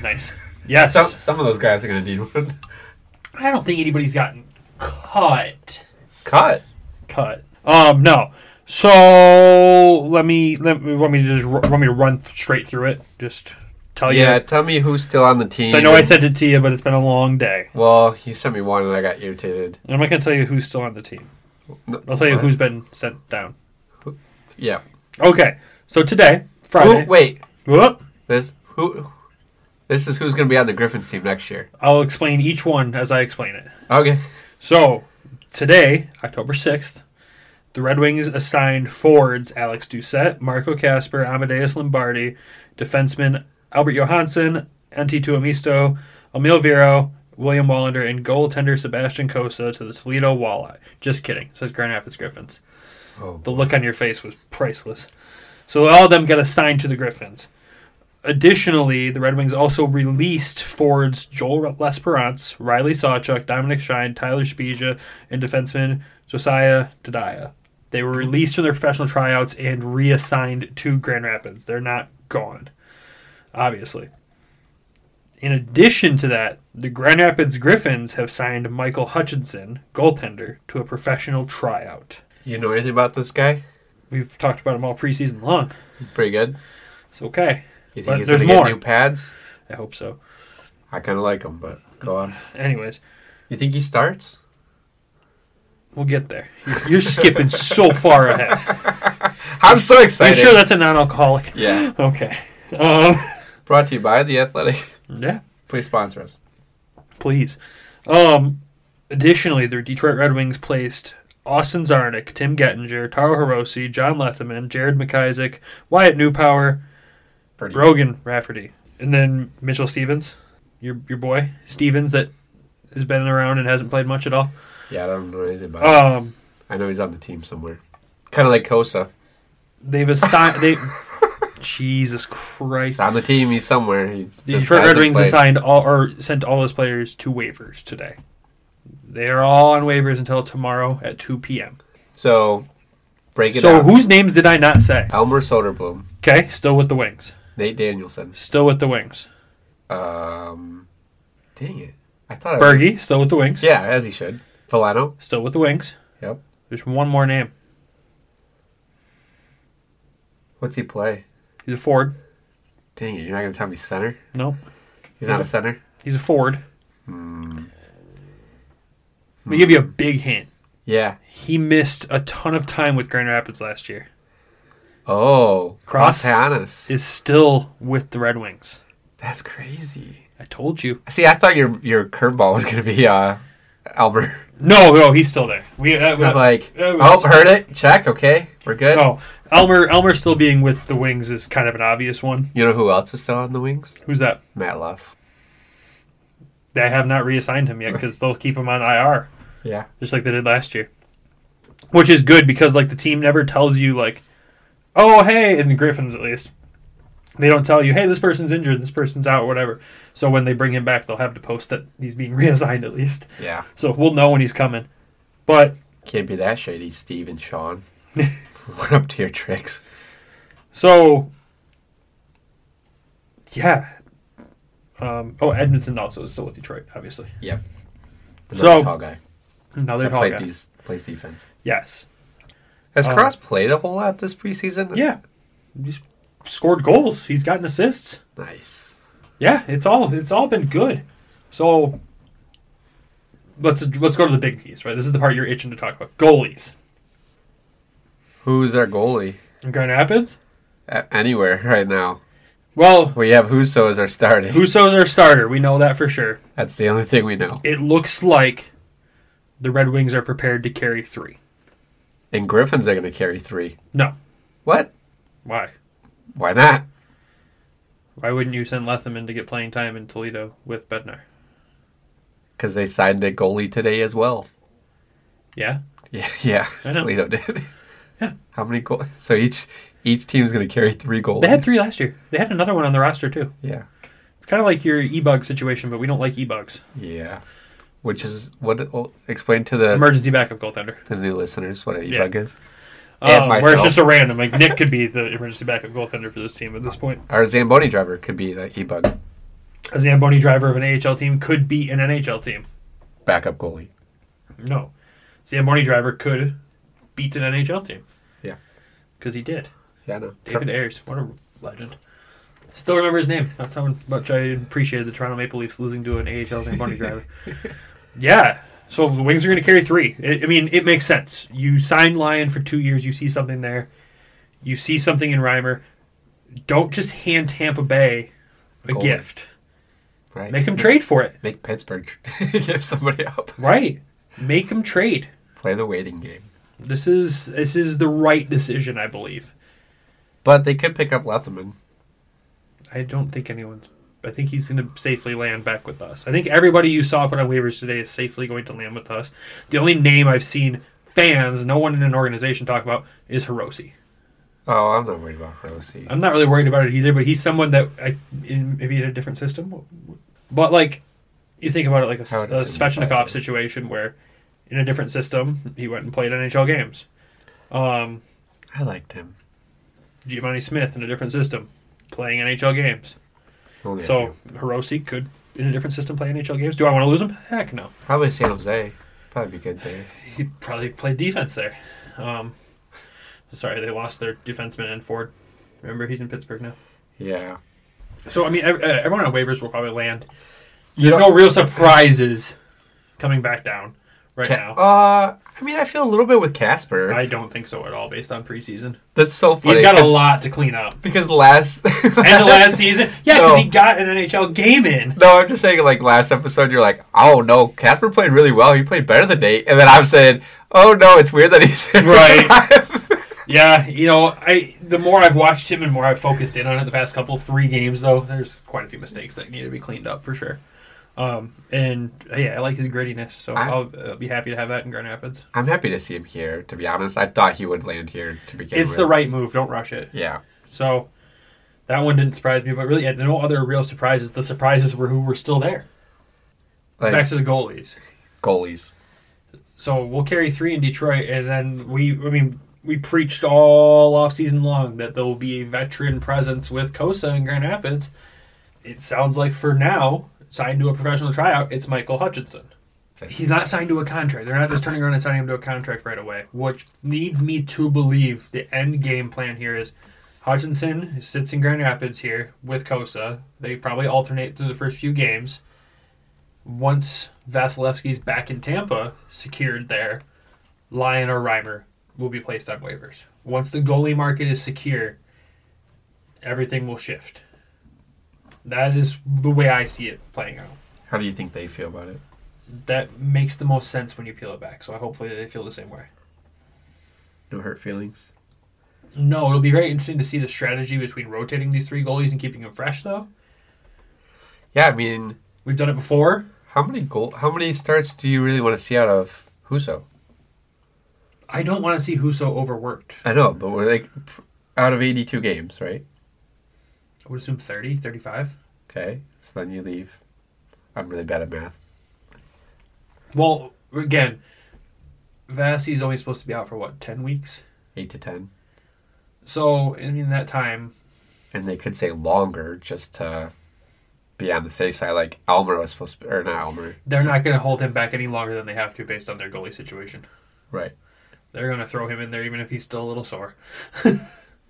Nice. Yes.
Some some of those guys are going to need one. (laughs)
I don't think anybody's gotten cut.
Cut.
Cut. Um, no. So let me let me want me to just ru- want me to run th- straight through it. Just tell
Yeah,
you.
tell me who's still on the team.
Oh, So I know I sent it to you, but it's been a long day.
Well, you sent me one and I got irritated.
And I'm not gonna tell you who's still on the team.
No-
I'll tell you
what?
who's been sent down.
Yeah.
Okay. So today,
Who,
Friday.
wait.
Whoop.
This who? This is who's going to be on the Griffins team next year.
I'll explain each one as I explain it.
Okay.
So today, October sixth, the Red Wings assigned forwards Alex Doucette, Marco Casper, Amadeus Lombardi, defenseman Albert Johansson, Enti Tuamisto, Emil Viro, William Wallander, and goaltender Sebastian Costa to the Toledo Walleye. Just kidding, says Grand Rapids Griffins.
Oh,
the look on your face was priceless. So all of them got assigned to the Griffins. Additionally, the Red Wings also released forwards Joel Lesperance, Riley Sawchuk, Dominic Shine, Tyler Spezia, and defenseman Josiah Dadaya. They were released from their professional tryouts and reassigned to Grand Rapids. They're not gone, obviously. In addition to that, the Grand Rapids Griffins have signed Michael Hutchinson, goaltender, to a professional tryout.
You know anything about this guy?
We've talked about him all preseason long.
Pretty good.
It's okay.
You think
But
he's
there's
gonna get
more.
new pads?
I hope so.
I kind of like him, but go on.
Anyways,
You think he starts?
we'll get there. You're, you're skipping so far ahead.
I'm so
Are you
excited.
sure that's a non-alcoholic?
yeah.
Okay. Um,
Brought to you by the Athletic. (laughs)
yeah.
Please sponsor us.
Please. Um, additionally, the Detroit Red Wings placed Austin Zarnik, Tim Gettinger, Taro Hirose, John Letheman, Jared McIsaac, Wyatt Newpower,
Pretty.
Brogan Rafferty, and then Mitchell Stevens, your your boy Stevens that has been around and hasn't played much at all.
Yeah, I don't know anything about. him.
Um,
I know he's on the team somewhere. Kind of like Kosa.
They've assigned they. Jesus Christ!
He's on the team. He's somewhere. He's
The
just
Detroit Red
hasn't
Wings
played.
assigned all or sent all those players to waivers today. They are all on waivers until tomorrow at 2 p.m.
So break it
So
up.
whose names did I not say?
Elmer Soderblom,
Okay, still with the Wings.
Nate Danielson.
Still with the Wings.
Um, dang it! I thought I.
Bergie, still with the Wings.
Yeah, as he should. Valeno.
Still with the Wings.
Yep.
There's one more name.
What's he play?
He's a Ford.
Dang it! You're not gonna tell me center.
No,
He's not a center.
he's a Ford.
Hmm.
Let me give you a big hint.
Yeah.
He missed a ton of time with Grand Rapids last year.
Oh, Cross
Cross
Hannes.
Is still with the Red Wings.
That's crazy.
I told you.
See, I thought your your curveball was gonna be uh, Albert? (laughs)
No, no, he's still there. We uh,
They're
uh,
like,
it
oh,
was- Oh.
heard it. Check. Okay, we're good.
no, Elmer. Elmer still being with the Wings is kind of an obvious one.
You know who else is still on the wings?
Who's that?
Matt Luff.
They have not reassigned him yet because they'll keep him on IR
Yeah.
just like they did last year, which is good because like the team never tells you like, oh hey, in the Griffins at least they don't tell you hey this person's injured, this person's out, whatever. So when they bring him back, they'll have to post that he's being (laughs) reassigned at least,
Yeah.
so we'll know when he's coming. But
Can't be that shady, Steve and
(laughs)
Sean. what up to your tricks?
So, yeah. Um, oh, Edmondson also is still with Detroit, obviously.
Yep. Another
So-
tall guy.
Another
That
tall
played
guy.
these plays defense.
Yes.
Has
Uh,
Cross played a whole lot this preseason?
Yeah. He's scored goals. He's gotten assists.
Nice.
Yeah, it's all it's all been good. So let's let's go to the big piece, right? This is the part you're itching to talk about. Goalies.
Who's our goalie
In Grand Rapids?
A- anywhere (laughs) right now?
Well,
We have Huso as our starting.
Huso's our starter. We know that for sure.
That's the only thing we know.
It looks like the Red Wings are prepared to carry three.
And Griffins are going to carry three.
No.
What?
Why?
Why not?
Why wouldn't you send Lethem in to get playing time in Toledo with Bednar?
Because they signed a goalie today as well. (laughs)
Yeah,
Yeah, yeah.
I know.
Toledo did. (laughs)
Yeah.
How many goals? So each each team's going to carry three goals.
they had three last year. They had another one on the roster too.
Yeah.
It's kind of like your e-bug situation, but we don't like e-bugs.
Yeah. Which is what? oh, explain to the
Emergency backup goaltender.
the new listeners what an
Yeah.
e-bug is. And
Uh, where it's
myself.
just a random. Like Nick could be the emergency backup goaltender for this team at this point.
Our Zamboni driver could be the e-bug
A Zamboni driver of an AHL team could be an NHL team.
backup goalie.
No, Zamboni driver could beat an NHL team.
Yeah.
because he did.
Yeah, no.
David Ayers, what a legend. Still remember his name. That's how much I appreciated the Toronto Maple Leafs losing to an AHL Zamboni driver. Yeah. So the Wings are going to carry three. I I mean, it makes sense. You sign Lyon for two years. You see something there. You see something in Reimer. Don't just hand Tampa Bay a
Goalie.
gift.
Right.
Make them trade for it.
Make Pittsburgh (laughs) give somebody up.
Right. Make them trade.
Play the waiting game.
This is this is the right decision, I believe.
But they could pick up Letheman.
I don't think anyone's. I think he's going to safely land back with us. I think everybody you saw put on waivers today is safely going to land with us. The only name I've seen fans, no one in an organization talk about, is Hiroshi.
Oh, I'm not worried about Rosie.
I'm not really worried about it either, but he's someone that I in, maybe in a different system. But like, you think about it like a,
I would
a
assume he's back
Svechnikov
in.
situation where, in a different system, he went and played NHL games. Um,
I liked him.
Giovanni Smith in a different system, playing NHL games.
Only a
So
few.
Hiroshi could, in a different system, play NHL games. Do I want to lose him? Heck no.
probably San Jose. Probably be good there.
He'd probably play defense there. Um, sorry, they lost their defenseman in Ford. Remember, he's in Pittsburgh now.
Yeah.
So I mean, ev- uh, everyone on waivers will probably land.
You
There's no real surprises coming back down right
Ca-
now.
uh, I mean, I feel a little bit with Casper.
I don't think so at all, based on preseason.
That's so funny.
He's got a
'cause-
lot to clean up.
because last (laughs) and
And the last season, yeah, because
No.
he got an NHL game in.
No, I'm just saying, like last episode, you're like, oh no, Casper played really well. He played better than Nate. And then I'm saying, oh no, it's weird that he's (laughs)
Right. Yeah, you know, I the more I've watched him and more I've focused in on it the past couple three games though, there's quite a few mistakes that need to be cleaned up for sure. Um, and uh, yeah, I like his grittiness, so
I-
I, will uh, be happy to have that in Grand Rapids.
I'm happy to see him here. To be honest, I thought he would land here to begin
It's
with.
the right move. Don't rush it.
Yeah.
So that one didn't surprise me, but really, had no other real surprises. The surprises were who were still there.
Like
Back to the goalies.
goalies.
So we'll carry three in Detroit, and then we, I mean, we preached all off season long that there will be a veteran presence with Kosa in Grand Rapids. It sounds like for now, signed to a professional tryout, it's Michael Hutchinson. He's not signed to a contract. They're not just turning around and signing him to a contract right away, which leads me to believe the end game plan here is Hutchinson sits in Grand Rapids here with Kosa. They probably alternate through the first few games once Vasilevsky's back in Tampa, secured there, Lyon or Reimer will be placed on waivers. Once the goalie market is secure, everything will shift. That is the way I see it playing out.
How do you think they feel about it?
that makes the most sense when you peel it back. So hopefully they feel the same way.
No hurt feelings.
No, it'll be very interesting to see the strategy between rotating these three goalies and keeping them fresh. Though
Yeah, I mean,
we've done it before.
how many goal, how many starts do you really want to see out of Huso?
I don't want to see Huso overworked.
I know, but we're like pr- out of 82 games, right?
I would assume 30, 35.
Okay, so then you leave. I'm really bad at math.
Well, again, Vasi's only supposed to be out for what ten weeks.
Eight to 10.
So in that time,
and they could say longer just to be on the safe side. Like Elmer was supposed to, or not Elmer.
they're not going to hold him back any longer than they have to based on their goalie situation.
right.
They're going to throw him in there even if he's still a little sore.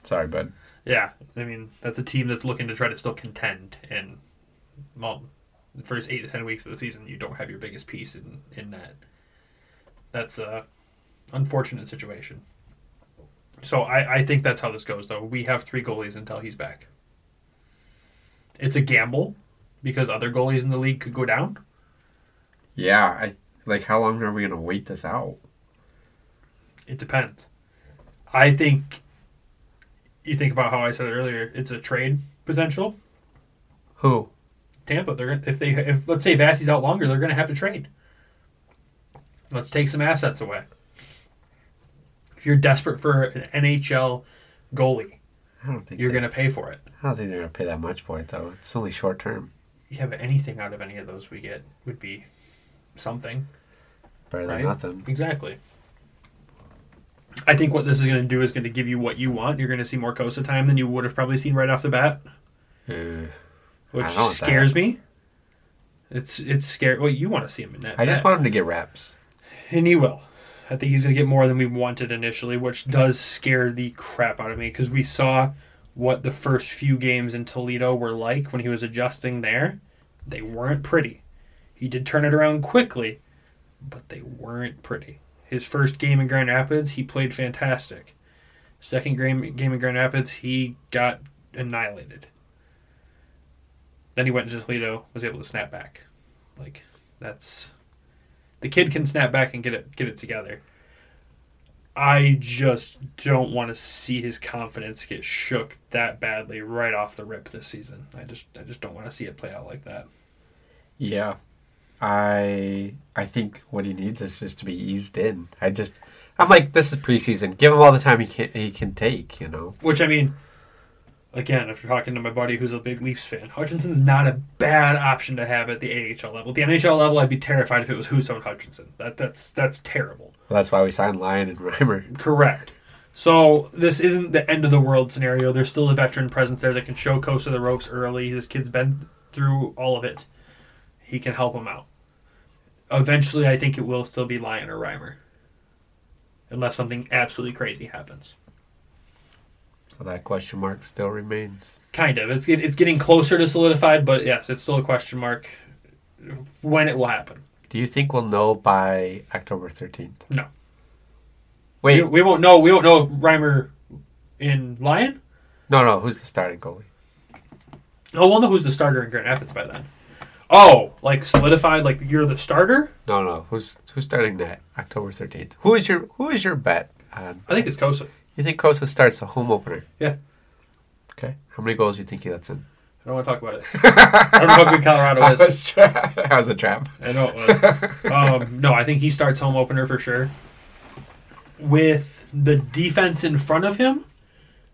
Sorry, bud.
Yeah, I mean that's a team that's looking to try to still contend, and well, the first eight to ten weeks of the season, you don't have your biggest piece in in that. That's a unfortunate situation. So I I think that's how this goes though. We have three goalies until he's back. It's a gamble because other goalies in the league could go down.
Yeah, I like. How long are we gonna wait this out?
It depends. I think you think about how I said it earlier. It's a trade potential.
Who?
Tampa, they're gonna- if they if let's say Vassy's out longer, they're going to have to trade. Let's take some assets away. If you're desperate for an NHL goalie,
I don't think
you're
they-
going to pay for it.
I don't think they're gonna pay that much for it though. It's only short term.
Yeah, but anything out of any of those we get would be something,
Better than
right?
nothing.
Exactly. I think what this is going to do is going to give you what you want. You're going to see more Costa time than you would have probably seen right off the bat,
Ugh.
which
I don't want
scares
that.
me. It's it's scary. Well, you want to see him in that.
I just
that.
want him to get reps.
And he will. I think he's going to get more than we wanted initially, which does scare the crap out of me because we saw what the first few games in Toledo were like when he was adjusting there. They weren't pretty. He did turn it around quickly, but they weren't pretty. His first game in Grand Rapids, he played fantastic. Second game, game in Grand Rapids, he got annihilated. Then he went to Toledo, was able to snap back. Like, that's the kid can snap back and get it get it together. I just don't want to see his confidence get shook that badly right off the rip this season. I just I just don't want to see it play out like that.
Yeah. I I think what he needs is just to be eased in. I just I'm like this is preseason. Give him all the time he can he can take. You know.
Which I mean, again, if you're talking to my buddy who's a big Leafs fan, Hutchinson's not a bad option to have at the AHL level. At the NHL level, I'd be terrified if it was Huso and Hutchinson. That that's that's terrible.
Well, that's why we signed Lyon and (laughs) Reimer.
Correct. So this isn't the end of the world scenario. There's still a veteran presence there that can show Costa the ropes early. This kid's been through all of it. He can help him out. Eventually, I think it will still be Lyon or Reimer, unless something absolutely crazy happens.
So that question mark still remains.
Kind of. It's get- it's getting closer to solidified, but yes, it's still a question mark when it will happen.
Do you think we'll know by October 13th?
No,
Wait,
we, we won't know. We won't know if Reimer in Lyon.
no, no. Who's the starting goalie?
Oh, we'll know who's the starter in Grand Rapids by then. Oh, like solidified, like you're the starter.
No, no. Who's who's starting net October 13th? Who is your who is your bet on?
I think it's Kosa.
You think Kosa starts the home opener?
Yeah,
Okay. How many goals do you think he lets in?
I don't want to talk about it. (laughs) I don't know how good Colorado
That
is.
was, tra- that was a trap. (laughs)
I know it (laughs) was. um, no, I think he starts home opener for sure. With the defense in front of him,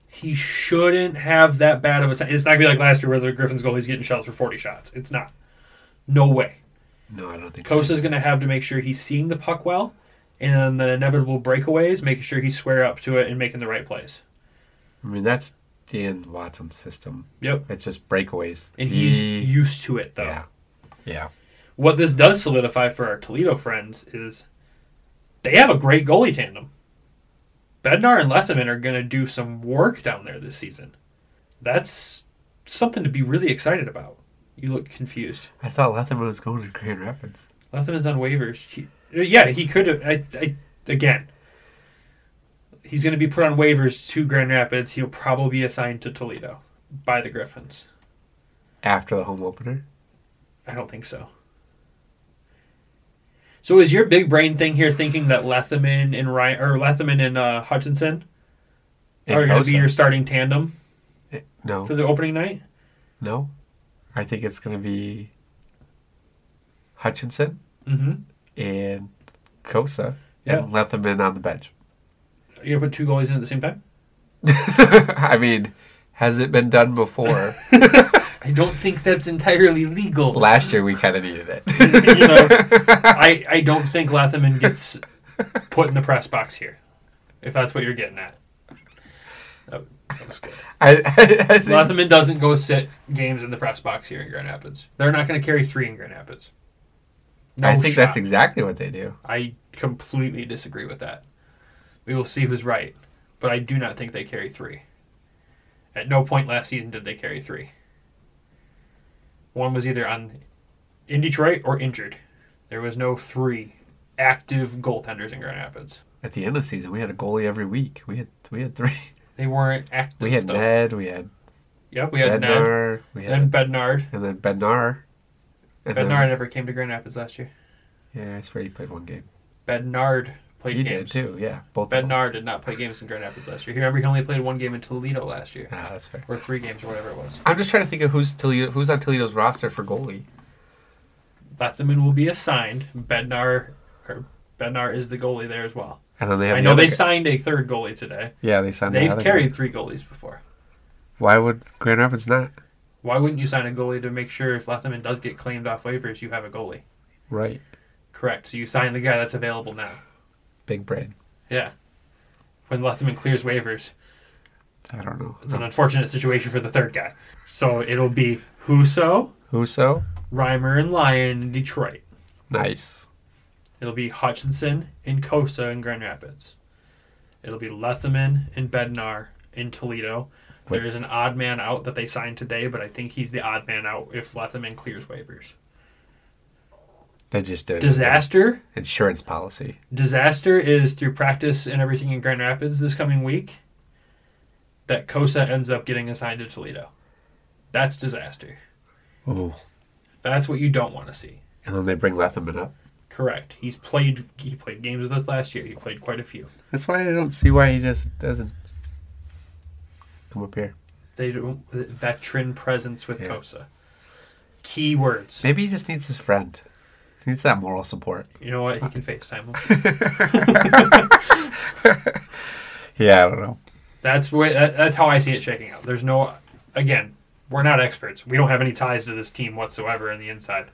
he shouldn't have that bad of a time. It's not gonna be like last year where the Griffins goalie's getting shells for forty shots. It's not. No way.
No, I don't think. so.
Kosa's going to have to make sure he's seeing the puck well, and on the inevitable breakaways, making sure he's square up to it and making the right plays.
I mean, that's Dan Watson's system.
Yep.
It's just breakaways.
And he's
He-
used to it, though.
Mm. yeah, yeah.
What this does solidify for our Toledo friends is they have a great goalie tandem. Bednar and Letheman are going to do some work down there this season. That's something to be really excited about. You look confused.
I thought Latham was going to Grand Rapids.
Leatherman's on waivers. He, yeah, he could have. I, I, again, he's going to be put on waivers to Grand Rapids. He'll probably be assigned to Toledo by the Griffins.
After the home opener,
I don't think so. So is your big brain thing here thinking that Letheman and Ryan or Letheman and uh, Hutchinson
And
are going to
Kosa.
be your starting tandem
No,
for the opening night?
no. I think it's going to be Hutchinson
Mm-hmm.
and Kosa
Yeah.
and Leatherman on the bench. (laughs)
You're going to put two goalies in at the same time?
I mean, has it been done
(laughs)
before?
I don't think that's entirely legal.
Last year we kind of needed
(laughs)
it.
you know, I, I don't think Letheman gets put in the press box here, if that's what you're getting at. That, that was good.
I, I, I think
Letheman doesn't go sit games in the press box here in Grand Rapids. They're not going to carry three in Grand Rapids. No
I think Oh, that's
shot.
exactly what they do.
I completely disagree with that. We will see who's right, but I do not think they carry three. At no point last season did they carry three. One was either on in Detroit or injured. There was no three active goaltenders in Grand Rapids.
At the end of the season, we had a goalie every week. We had we had three. (laughs)
They weren't active.
We had
though.
Ned. We had
Yep, we had Ned.
Bednar. We had
Then Bednard.
and then Bednar. And then-
Bednard never came to Grand Rapids last year.
yeah, I swear he played one game.
Bednard played
He did
games.
too. Yeah, both. of them.
Bednard did not play games in Grand Rapids last year. Remember, he only played one game in Toledo last year,
Ah, that's fair.
or three games, or whatever it was.
I'm just trying to think of who's Toledo, who's on Toledo's roster for goalie.
Letheman will be assigned. Bednar, or Bednar is the goalie there as well.
And then they have
I
the
know
other
they
guy-
signed a third goalie today.
Yeah, they signed. the
They've
other guy.
carried three goalies before.
Why would Grand Rapids not?
Why wouldn't you sign a goalie to make sure if Letheman does get claimed off waivers, you have a goalie?
Right.
Correct. So you sign the guy that's available now.
Big brain.
Yeah. When Letheman clears waivers,
I don't know.
it's an unfortunate situation for the third guy. So it'll be Huso,
Who so?
Reimer, and Lyon in Detroit.
Nice.
It'll be Hutchinson and Kosa in Grand Rapids. It'll be Letheman and Bednar in Toledo. There is an odd man out that they signed today, but I think he's the odd man out if Letheman clears waivers.
They just did it as an
Disaster.
insurance policy.
Disaster is through practice and everything in Grand Rapids this coming week that Kosa ends up getting assigned to Toledo. That's disaster.
Oh.
That's what you don't want to see.
And then they bring Leatherman up.
Correct. He's played he played games with us last year. He played quite a few.
That's why I don't see why he just doesn't come up here.
They don't veteran presence with
Yeah.
Kosa. Key words.
Maybe he just needs his friend. He needs that moral support.
You know what? He can FaceTime him.
Yeah, I don't know.
That's way, that, that's how I see it shaking out. There's no, again, we're not experts. We don't have any ties to this team whatsoever in the inside.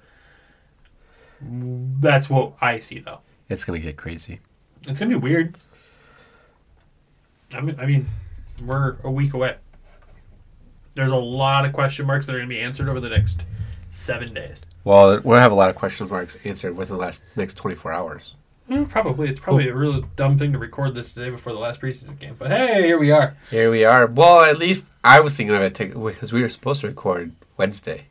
That's what I see though.
It's gonna get crazy.
It's gonna be weird. I mean, I mean, we're a week away. There's a lot of question marks that are gonna be answered over the next seven days.
Well, we'll have a lot of question marks answered within the last next 24 hours.
Eh, Probably it's probably a really dumb thing to record this today before the last preseason game, but hey, here we are.
Here we are. Well, at least I was thinking of it because we were supposed to record Wednesday,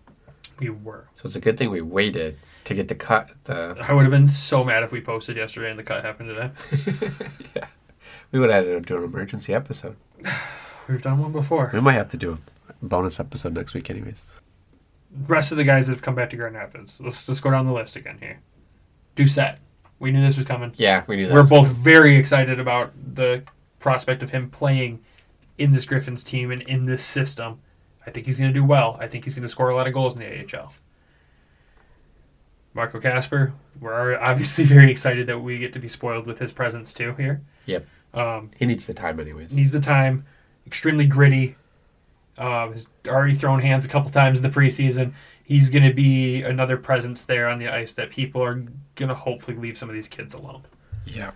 We were.
so it's a good thing we waited to get the cut. The
I would have been so mad if we posted yesterday and the cut happened today.
we would have had to do an emergency episode.
We've done one before.
We might have to do a bonus episode next week, anyways.
Rest of the guys that have come back to Grand Rapids. Let's just go down the list again here. Doucette. We knew this was coming.
Yeah, we knew that.
We're both very excited about the prospect of him playing in this Griffins team and in this system. I think he's going to do well. I think he's going to score a lot of goals in the AHL. Marco Casper, we're obviously (laughs) very excited that we get to be spoiled with his presence too here.
Yep,
Um,
he needs the time, anyways.
needs the time. Extremely gritty. Um, has already thrown hands a couple times in the preseason. He's going to be another presence there on the ice that people are going to hopefully leave some of these kids alone.
Yeah,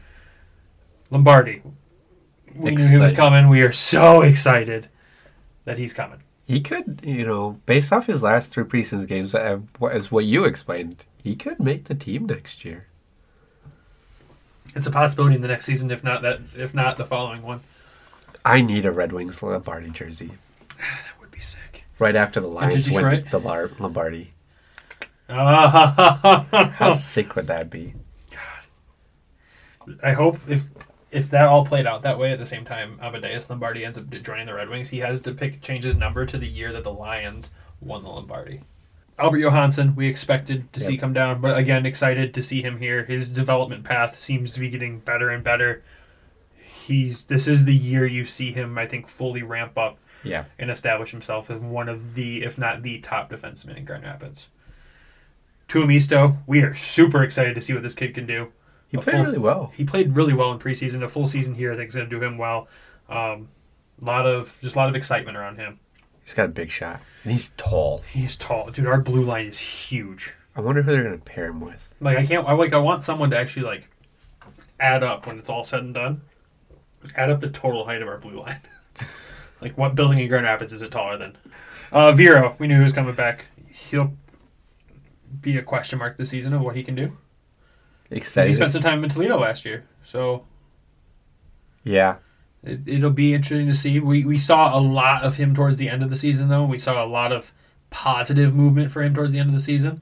Lombardi. We knew he was
Excited.
coming. We are so excited that he's coming.
he could, you know, based off his last three preseason games, uh, as what you explained, he could make the team next year.
It's a possibility in the next season, if not that, if not the following one.
I need a Red Wings Lombardi jersey
That would be sick.
right after the Lions
did you
win
write?
the Lar- Lombardi. How
Ah,
sick would that be?
I hope if if that all played out that way at the same time, Amadeus Lombardi ends up joining the Red Wings. He has to pick change his number to the year that the Lions won the Lombardi. Albert Johansson, we expected to see come down, but again, excited to see him here. His development path seems to be getting better and better. He's this is the year you see him, I think, fully ramp up
Yeah.
and establish himself as one of the, if not the top defenseman in Grand Rapids. Tuamisto, we are super excited to see what this kid can do.
He
A
played really well.
He played really well in preseason. A full season here, I think, is going to do him well. A lot of just a lot of excitement around him.
He's got a big shot. And he's tall.
He's tall, dude. Our blue line is huge.
I wonder who they're going to pair him with.
Like I can't. I like. I want someone to actually like add up when it's all said and done. Add up the total height of our blue line. (laughs) like what building in Grand Rapids is it taller than? Uh, Vero, we knew he was coming back. He'll be a question mark this season of what he can do. He
Excited.
spent some time in Toledo last year, so
Yeah.
it, it'll be interesting to see. We we saw a lot of him towards the end of the season, though. We saw a lot of positive movement for him towards the end of the season.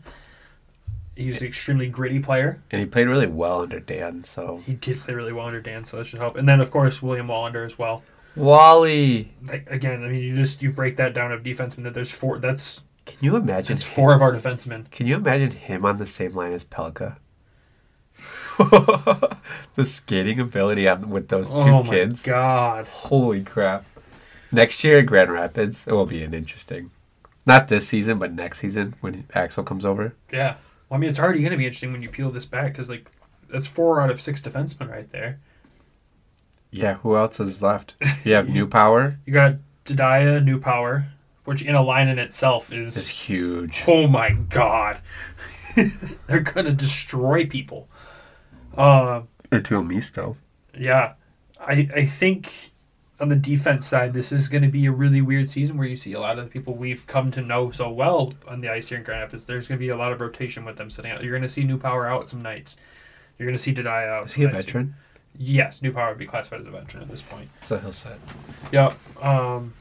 He was an extremely gritty player.
And he played really well under Dan, so.
He did play really well under Dan, so that should help. And then of course William Wallander as well.
Wally!
Like again, I mean you just you break that down of defensemen that there's four that's
Can you imagine?
it's four of our defensemen.
Can you imagine him on the same line as Pelka? (laughs) the skating ability on, with those two
Oh my
kids.
god.
Holy crap. Next year at Grand Rapids, it will be an interesting. Not this season, but next season when Axel comes over.
Yeah. Well, I mean it's already gonna be interesting when you peel this back because like that's four out of six defensemen right there.
Yeah, who else is left? You
(laughs)
have New Power.
You got Tadaya, New Power, which in a line in itself is
It's huge.
Oh my god. (laughs) They're gonna destroy people. Um
And Tuomisto.
Yeah, I I think on the defense side, this is going to be a really weird season where you see a lot of the people we've come to know so well on the ice here in Grand Rapids. There's going to be a lot of rotation with them sitting out. You're going to see New Power out some nights. You're going to see Dadi out.
Is
some
he a
nights.
veteran?
Yes, New Power would be classified as a veteran at this point.
So he'll sit.
Yep. Um,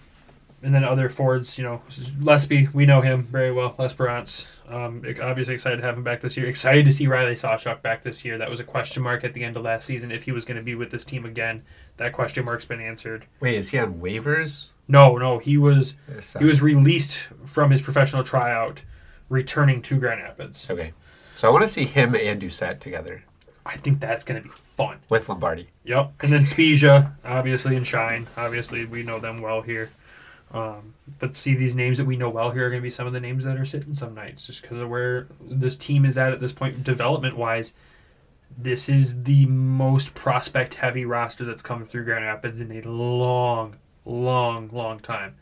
and then other forwards, you know, Lesby, we know him very well. Lesperance, um, obviously excited to have him back this year. Excited to see Riley Sawchuk back this year. That was a question mark at the end of last season if he was going to be with this team again. That question mark's been answered.
Wait, is he on waivers?
No, no, he was
Yes,
he was released from his professional tryout, returning to Grand Rapids.
Okay. So I want to see him and Doucette together
I think that's going to be fun.
with Lombardi.
Yep. And then Spezia, obviously, and Shine. Obviously, we know them well here. Um, but see, these names that we know well here are going to be some of the names that are sitting some nights just because of where this team is at at this point, development wise. This is the most prospect heavy roster that's come through Grand Rapids in a long, long, long time.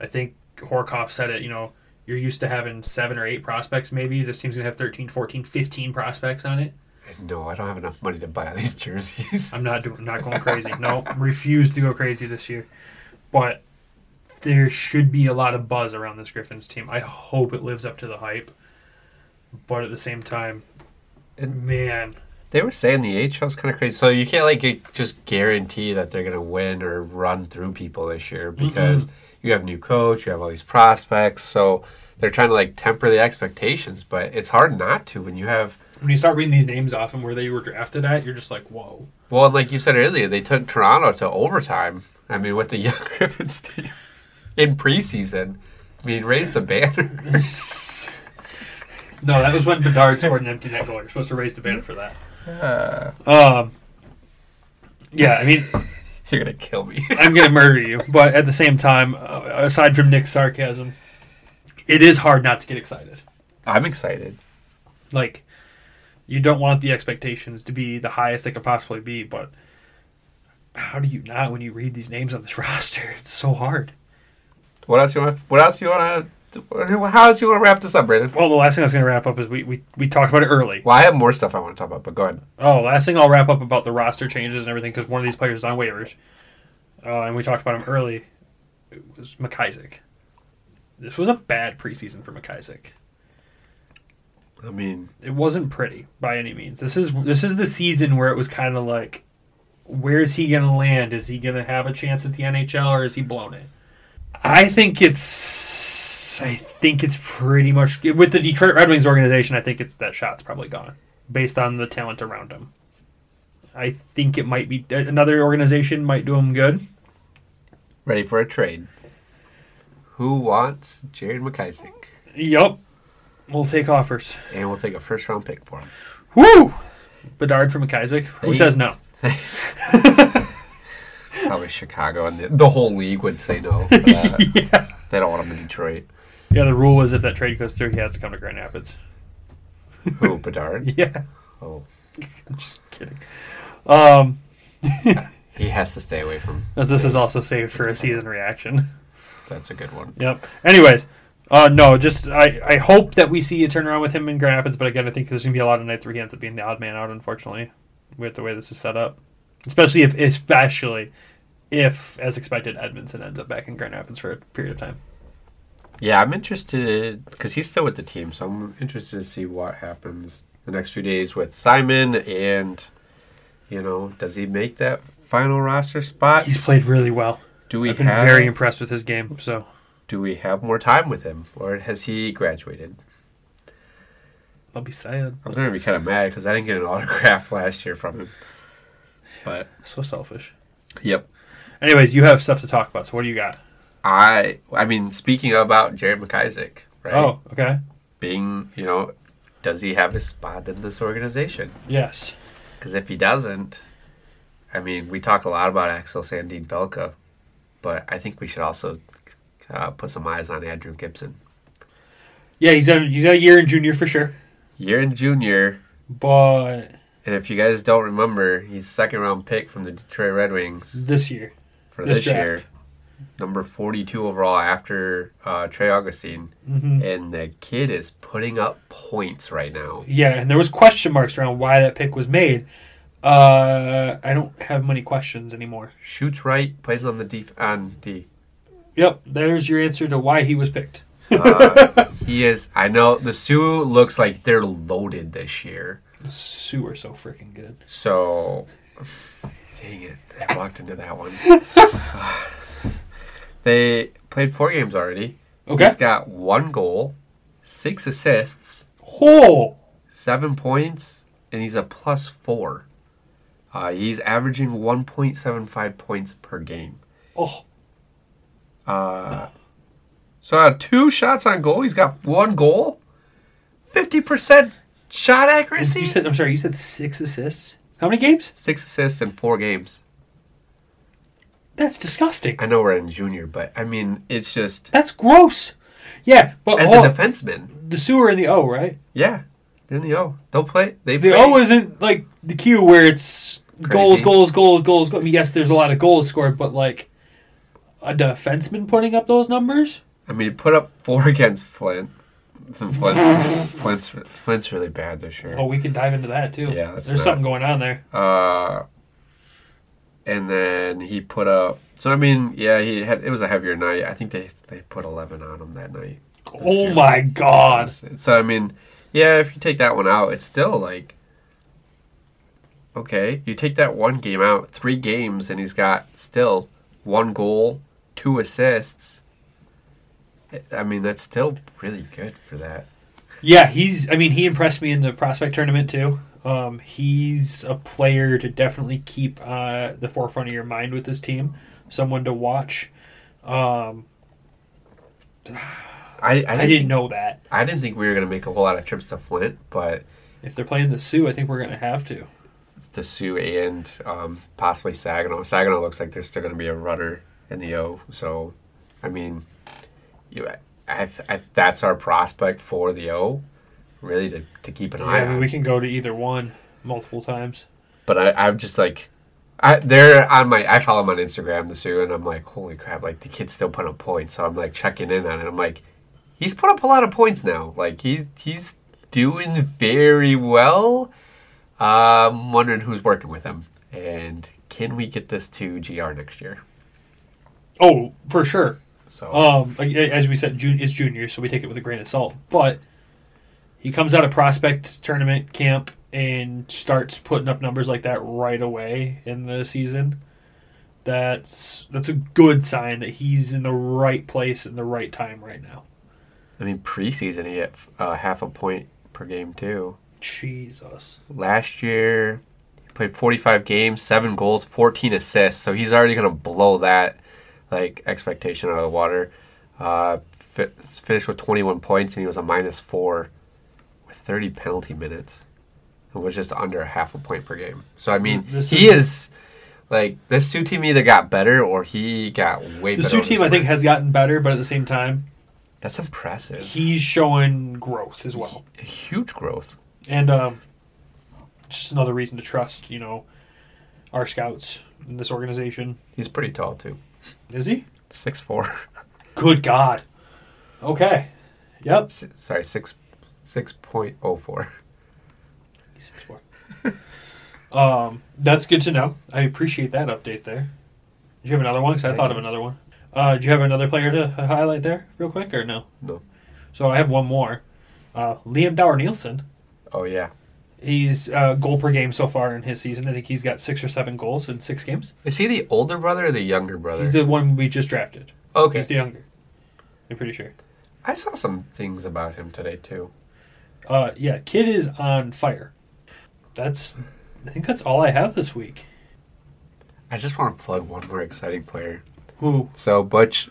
I think Horkoff said it, you know, you're used to having seven or eight prospects maybe. This team's going to have 13, 14, 15 prospects on it.
No, I don't have enough money to buy all these jerseys.
I'm not doing. I'm not going crazy. No, refuse to go crazy this year. But there should be a lot of buzz around this Griffins team. I hope it lives up to the hype. But at the same time, man,
They were saying the HL's kind of crazy. So you can't like get- just guarantee that they're going to win or run through people this year because you have new coach, you have all these prospects. So they're trying to like temper the expectations, but it's hard not to when you have
when you start reading these names off and where they were drafted at, you're just like, whoa.
well, and like you said earlier, they took Toronto to overtime. I mean, with the (laughs) young Griffins team in preseason. I mean, raise the banner. (laughs)
No, that was when Bedard scored an empty net goal. You're supposed to raise the banner for that. Um, yeah, I mean,
You're gonna kill me. (laughs)
I'm gonna murder you. But at the same time, uh, aside from Nick's sarcasm, it is hard not to get excited.
I'm excited.
like you don't want the expectations to be the highest they could possibly be but how do you not when you read these names on this (laughs) roster it's so hard
What else you want? What else you want to? How else you want to wrap this up, Brandon?
well the last thing i was going to wrap up is we, we we talked about it early
Well, I have more stuff I want to talk about, but go ahead.
oh last thing i'll wrap up about the roster changes and everything because one of these players is on waivers uh, and we talked about him early it was mcisaac this was a bad preseason for mcisaac
I mean,
it wasn't pretty by any means. This is this is the season where it was kind of like, where is he going to land? Is he going to have a chance at the NHL or is he blown it? I think it's I think it's pretty much with the Detroit Red Wings organization. I think it's that shot's probably gone based on the talent around him. I think it might be another organization might do him good.
ready for a trade. Who wants Jared McIsaac?
Yup. We'll take offers.
and we'll take a first round pick for him.
Woo! Bedard from McIsaac. Who says no?
(laughs) Probably Chicago and the, the whole league would say no. For
(laughs)
that. They don't want him in Detroit.
Yeah, the rule is if that trade goes through, he has to come to Grand Rapids.
Who Bedard?
(laughs) Yeah,
Oh,
I'm just kidding. Um,
he has to stay away from.
as this is also saved for a season reaction. (laughs)
That's a good one.
Yep. Anyways, uh, no, just I, I hope that we see a turnaround with him in Grand Rapids, but again, I think there's gonna be a lot of nights where he ends up being the odd man out, unfortunately, with the way this is set up. Especially if, especially if, as expected, Edmondson ends up back in Grand Rapids for a period of time.
Yeah, I'm interested because he's still with the team, so I'm interested to see what happens the next few days with Simon and, you know, does he make that final roster spot?
He's played really well.
Do we
I've been
have
very impressed with his game. So
do we have more time with him, or has he graduated?
I'll be sad.
I'm gonna be kind of mad because I didn't get an (laughs) autograph last year from him. But
So selfish.
yep,
Anyways, you have stuff to talk about. So what do you got?
I I mean, speaking about Jared McIsaac, right?
Oh, okay.
being you know, does he have his spot in this organization?
Yes.
Because if he doesn't, I mean, we talk a lot about Axel Sandin Belka, but I think we should also uh, put some eyes on Andrew Gibson.
Yeah, he's got, he's got a year in junior for sure.
Year in junior,
But
and if you guys don't remember, he's second round pick from the Detroit Red Wings
this year,
for
This
this,
draft.
year, number forty two overall after uh, Trey Augustine,
Mm-hmm.
and the kid is putting up points right now.
Yeah, and there was question marks around why that pick was made. Uh, I don't have many questions anymore.
Shoots right, plays on the def- on D.
Yep, there's your answer to why he was picked.
He is. I know the Sioux looks like they're loaded this year.
Sue are so freaking good.
So, dang it, I walked into that
(laughs)
one. they played four games already.
Okay.
He's got one goal, six assists,
Oh,
seven points, and he's a plus four. Uh, he's averaging 1.75 points per game.
oh,
So, out of two shots on goal, he's got one goal, 50% shot
you
accuracy,
said I'm sorry. You said six assists. How many games?
six assists in four games.
That's disgusting.
I know we're in junior, but I mean, it's just
That's gross. Yeah, but
as a
hold on.
defenseman.
the Sioux are in the O, right?
Yeah, they're in the O. They'll play. They
The
play.
O isn't like the Q where it's goals,
Crazy.
goals, goals, goals. goals. I mean, yes, there's a lot of goals scored, but like a defenseman putting up those numbers.
I mean, he put up four (laughs) against Flint. Flint's, Flint's, Flint's really bad this year.
Oh, we can dive into that too.
Yeah, that's
there's
not-
something going on there.
Uh, and then he put up. So I mean, yeah, he had. It was a heavier night. I think they they put eleven on him that night. this
oh
year.
my god!
So I mean, yeah, if you take that one out, it's still like okay. You take that one game out, three games, and he's got still one goal, two assists. I mean, that's still really good for that.
Yeah, he's. I mean, he impressed me in the prospect tournament too. Um, he's a player to definitely keep uh, the forefront of your mind with this team. Someone to watch. Um,
I I didn't,
I didn't know that.
I didn't think we were gonna make a whole lot of trips to Flint, but
If they're playing the Sioux, I think we're gonna have to.
the Sioux and um, possibly Saginaw. Saginaw looks like there's still gonna be a runner in the O. So, I mean, you. I, I, that's our prospect for the O, really to, to keep an
Yeah,
eye
I mean,
on.
we can go to either one multiple times.
but I, I'm just like, I, they're on my. I follow them on Instagram, the Sioux, and I'm like, holy crap! Like the kid's still putting up points, so I'm like checking in on it. I'm like, he's put up a lot of points now. Like he's he's doing very well. I'm wondering who's working with him, and can we get this to GR next year?
Oh, for sure.
So
Um, like, a- as we said, June is junior, so we take it with a grain of salt. But he comes out of prospect tournament camp and starts putting up numbers like that right away in the season. That's that's a good sign that he's in the right place in the right time right now.
I mean, preseason he hit uh, half a point per game too.
Jesus.
last year. He played 45 games, seven goals, 14 assists. So he's already going to blow that like expectation out of the water. Uh, fi- finished with 21 points, and he was a minus four with 30 penalty minutes, and was just under a half a point per game. So I mean,
This
he
is-
is like this two team either got better or he got way
The
better.
Sioux
over
team, I think,
summer.
has gotten better, but at the same time,
that's impressive,
he's showing growth as well.
huge growth.
And um, just another reason to trust, you know, our scouts in this organization.
He's pretty tall too,
Is he?
six four. (laughs)
Good God. Okay.
(laughs)
Yep.
S- sorry, six six point oh four.
um, that's good to know. I appreciate that update there. Do you have another one? Because I thought of another one. Uh, do you have another player to h- highlight there, real quick, or no?
No.
So I have one more. Uh, Liam Dower Nielsen.
Oh yeah,
He's uh, goal per game so far in his season. I think he's got six or seven goals in six games.
is he the older brother or the younger brother?
He's the one we just drafted.
okay,
He's the younger. I'm pretty sure.
I saw some things about him today too.
Uh, yeah, kid is on fire. That's. I think that's all I have this week.
I just want to plug one more exciting player.
Who?
So Butch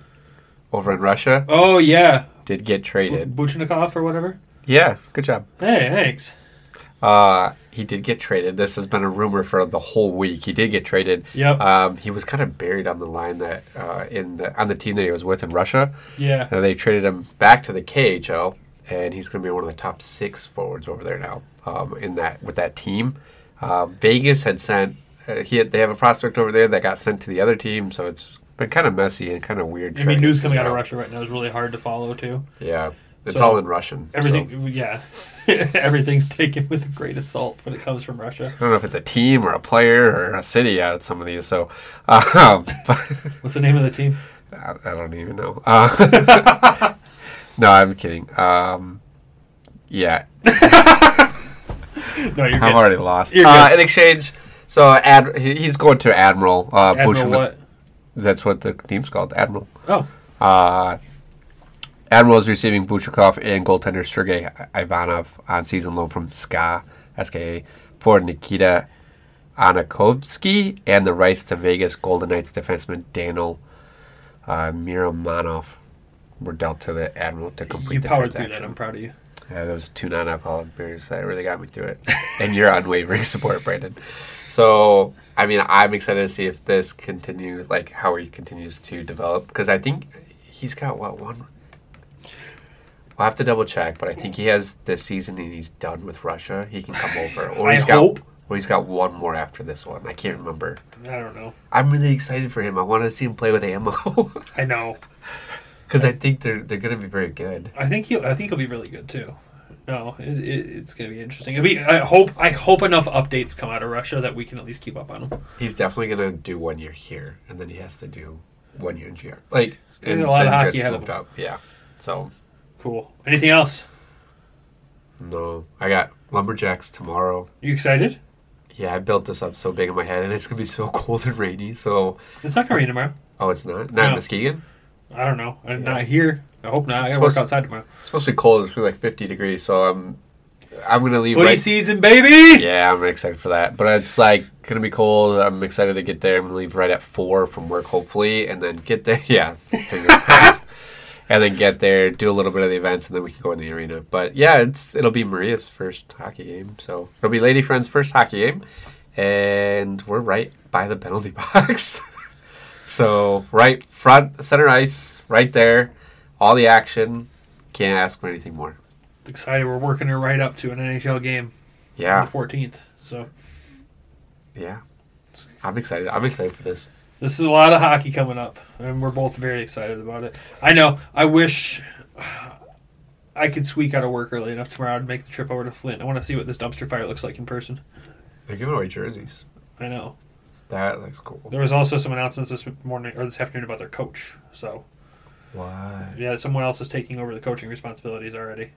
over in Russia
Oh yeah,
did get
Bu-
traded.
Buchnikov or whatever.
Yeah, good job.
Hey, thanks.
Uh, he did get traded. This has been a rumor for the whole week. He did get traded.
Yep.
Um, he was kind of buried on the line that uh, in the on the team that he was with in Russia.
Yeah.
And they traded him back to the KHL, and he's going to be one of the top six forwards over there now. Um, in that with that team, uh, Vegas had sent uh, he had, they have a prospect over there that got sent to the other team, so it's been kind of messy and kind of weird.
I
trying
mean,
to
news coming out
figure
of Russia right now is really hard to follow too.
Yeah, it's
So,
all in Russian. so-
Everything, yeah, (laughs) everything's taken with a grain of salt when it comes from Russia.
I don't know if it's a team or a player or a city out of some of these. So, (laughs) um,
What's the name of the team?
I, I don't even
(laughs)
know. (laughs) Uh, no, I'm kidding. Um, yeah,
No, you're
I've
good.
already lost.
You're
Uh,
good.
in exchange, so Ad, he- he's going to Admiral. Uh,
Admiral
Bushman-
what?
That's what the team's called, Admiral.
Oh,
Uh, Admiral is receiving Buchikov and goaltender Sergei Ivanov on season loan from SKA, SKA for Nikita Anakovsky and the rights to Vegas Golden Knights defenseman Daniel uh, Miramanov were dealt to the Admiral to complete
you
the
powered through that.
transaction.
I'm proud of you.
Yeah, those two non-alcoholic beers that really got me through it, (laughs) and your unwavering support, Brandon. So, I mean, I'm excited to see if this continues, like how he continues to develop, because I think he's got what one. I'll have to double check, but I think he has this season and he's done with Russia. He can come over, or
I
he's got,
hope.
or he's got one more after this one. I can't remember.
I don't know.
I'm really excited for him. I want to see him play with (laughs) AMO
I know.
because I think they're they're going to be very good.
I think he'll. I think he'll be really good too. No, it, it, it's going to be interesting. It'll be, I hope. I hope enough updates come out of Russia that we can at least keep up on them.
He's definitely going to do one year here, and then he has to do one year in GR. Like,
And a lot of
then
hockey
gets
ahead of
moved
him.
up. Yeah. So,
Cool. Anything else?
no. I got Lumberjacks tomorrow.
You excited?
Yeah, I built this up so big in my head, and it's going to be so (laughs) cold and rainy. So,
It's not going to rain tomorrow.
oh, it's not? Not in
No.
Muskegon?
I don't know. I'm not here. I hope not. I got to
Supposed-
work outside tomorrow.
It's supposed to be cold. It's gonna be like 50 degrees. So, I'm, I'm going to leave
Hoodie
right
season, baby.
Yeah, I'm excited for that. But it's like gonna be cold. I'm excited to get there. I'm gonna leave right at four from work, hopefully, and then get there. (laughs) Yeah, fingers crossed. And then get there, do a little bit of the events, and then we can go in the arena. But yeah, it's it'll be Maria's first hockey game, so it'll be Lady Friend's first hockey game, and we're right by the penalty (laughs) box. so right front center ice, right there, all the action. Can't ask for anything more.
Excited. We're working her right up to an NHL game on
Yeah,
the 14th. So
yeah. I'm excited. I'm excited for this.
this is a lot of hockey coming up, and we're both very excited about it. I know. I wish (sighs) I could squeak out of work early enough tomorrow and make the trip over to Flint. I want to see what this dumpster fire looks like in person.
They're giving away jerseys.
I know.
That looks cool.
There was also some announcements this morning or this afternoon about their coach. So
Why?
yeah, someone else is taking over the coaching responsibilities already.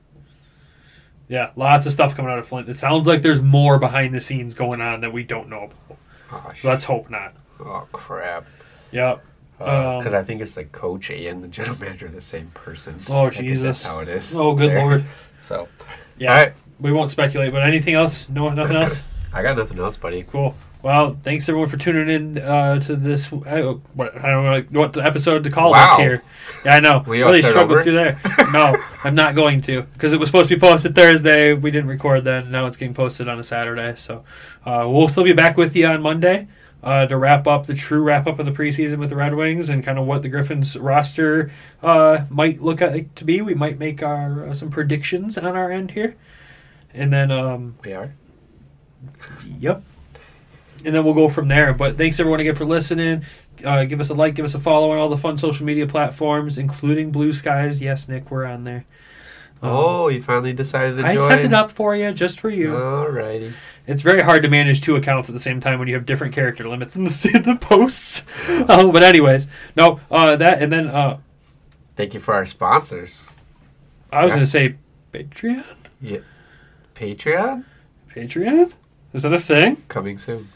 Yeah, lots of stuff coming out of Flint. It sounds like there's more behind the scenes going on that we don't know about.
Oh, sh-
So let's hope not.
oh crap!
Yep.
Uh,
Um,
Because I think it's the coach and the general (laughs) manager are the same person.
Oh,
I think
Jesus.
That's how it is.
Oh, good
there.
lord.
So,
Yeah.
all right.
We won't speculate, but anything else? No, nothing else.
I got nothing else, buddy.
Cool. Well, thanks everyone for tuning in uh, to this. Uh, what, I don't know like, what the episode to call
Wow.
this here. Yeah, I know.
(laughs) We all
really
start
struggled
over?
through there.
(laughs)
No, I'm not going to because it was supposed to be posted Thursday. We didn't record then. Now it's getting posted on a Saturday. So uh, we'll still be back with you on Monday uh, to wrap up the true wrap up of the preseason with the Red Wings and kind of what the Griffins roster uh, might look like to be. We might make our uh, some predictions on our end here, and then. Um,
We are.
Yep. And then we'll go from there. But thanks everyone again for listening. Uh, give us a like, give us a follow on all the fun social media platforms, including Blue Skies. Yes, Nick, we're on there.
Oh, you finally decided to
Uh-huh. I
join.
set it up for you, just for you.
Alrighty.
It's very hard to manage two accounts at the same time when you have different character limits in the, (laughs) in the posts. Oh, but anyways, no, uh, that and then uh,
Thank you for our sponsors.
I was
Yeah.
going to say Patreon.
Yeah. Patreon
Patreon is that a thing?
coming soon.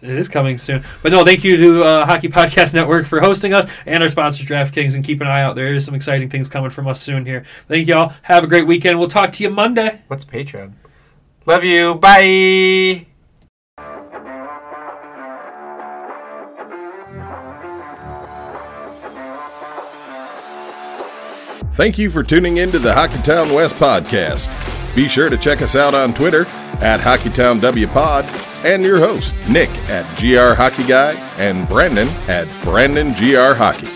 It is coming soon. But no, thank you to uh, Hockey Podcast Network for hosting us and our sponsors, DraftKings. And keep an eye out. There is some exciting things coming from us soon here. Thank y'all. Have a great weekend. We'll talk to you Monday.
What's Patreon? Love you. Bye.
Thank you for tuning in to the Hockeytown West podcast. Be sure to check us out on Twitter at HockeytownWPod and your hosts, Nick at GR Hockey Guy and Brandon at Brandon GR Hockey.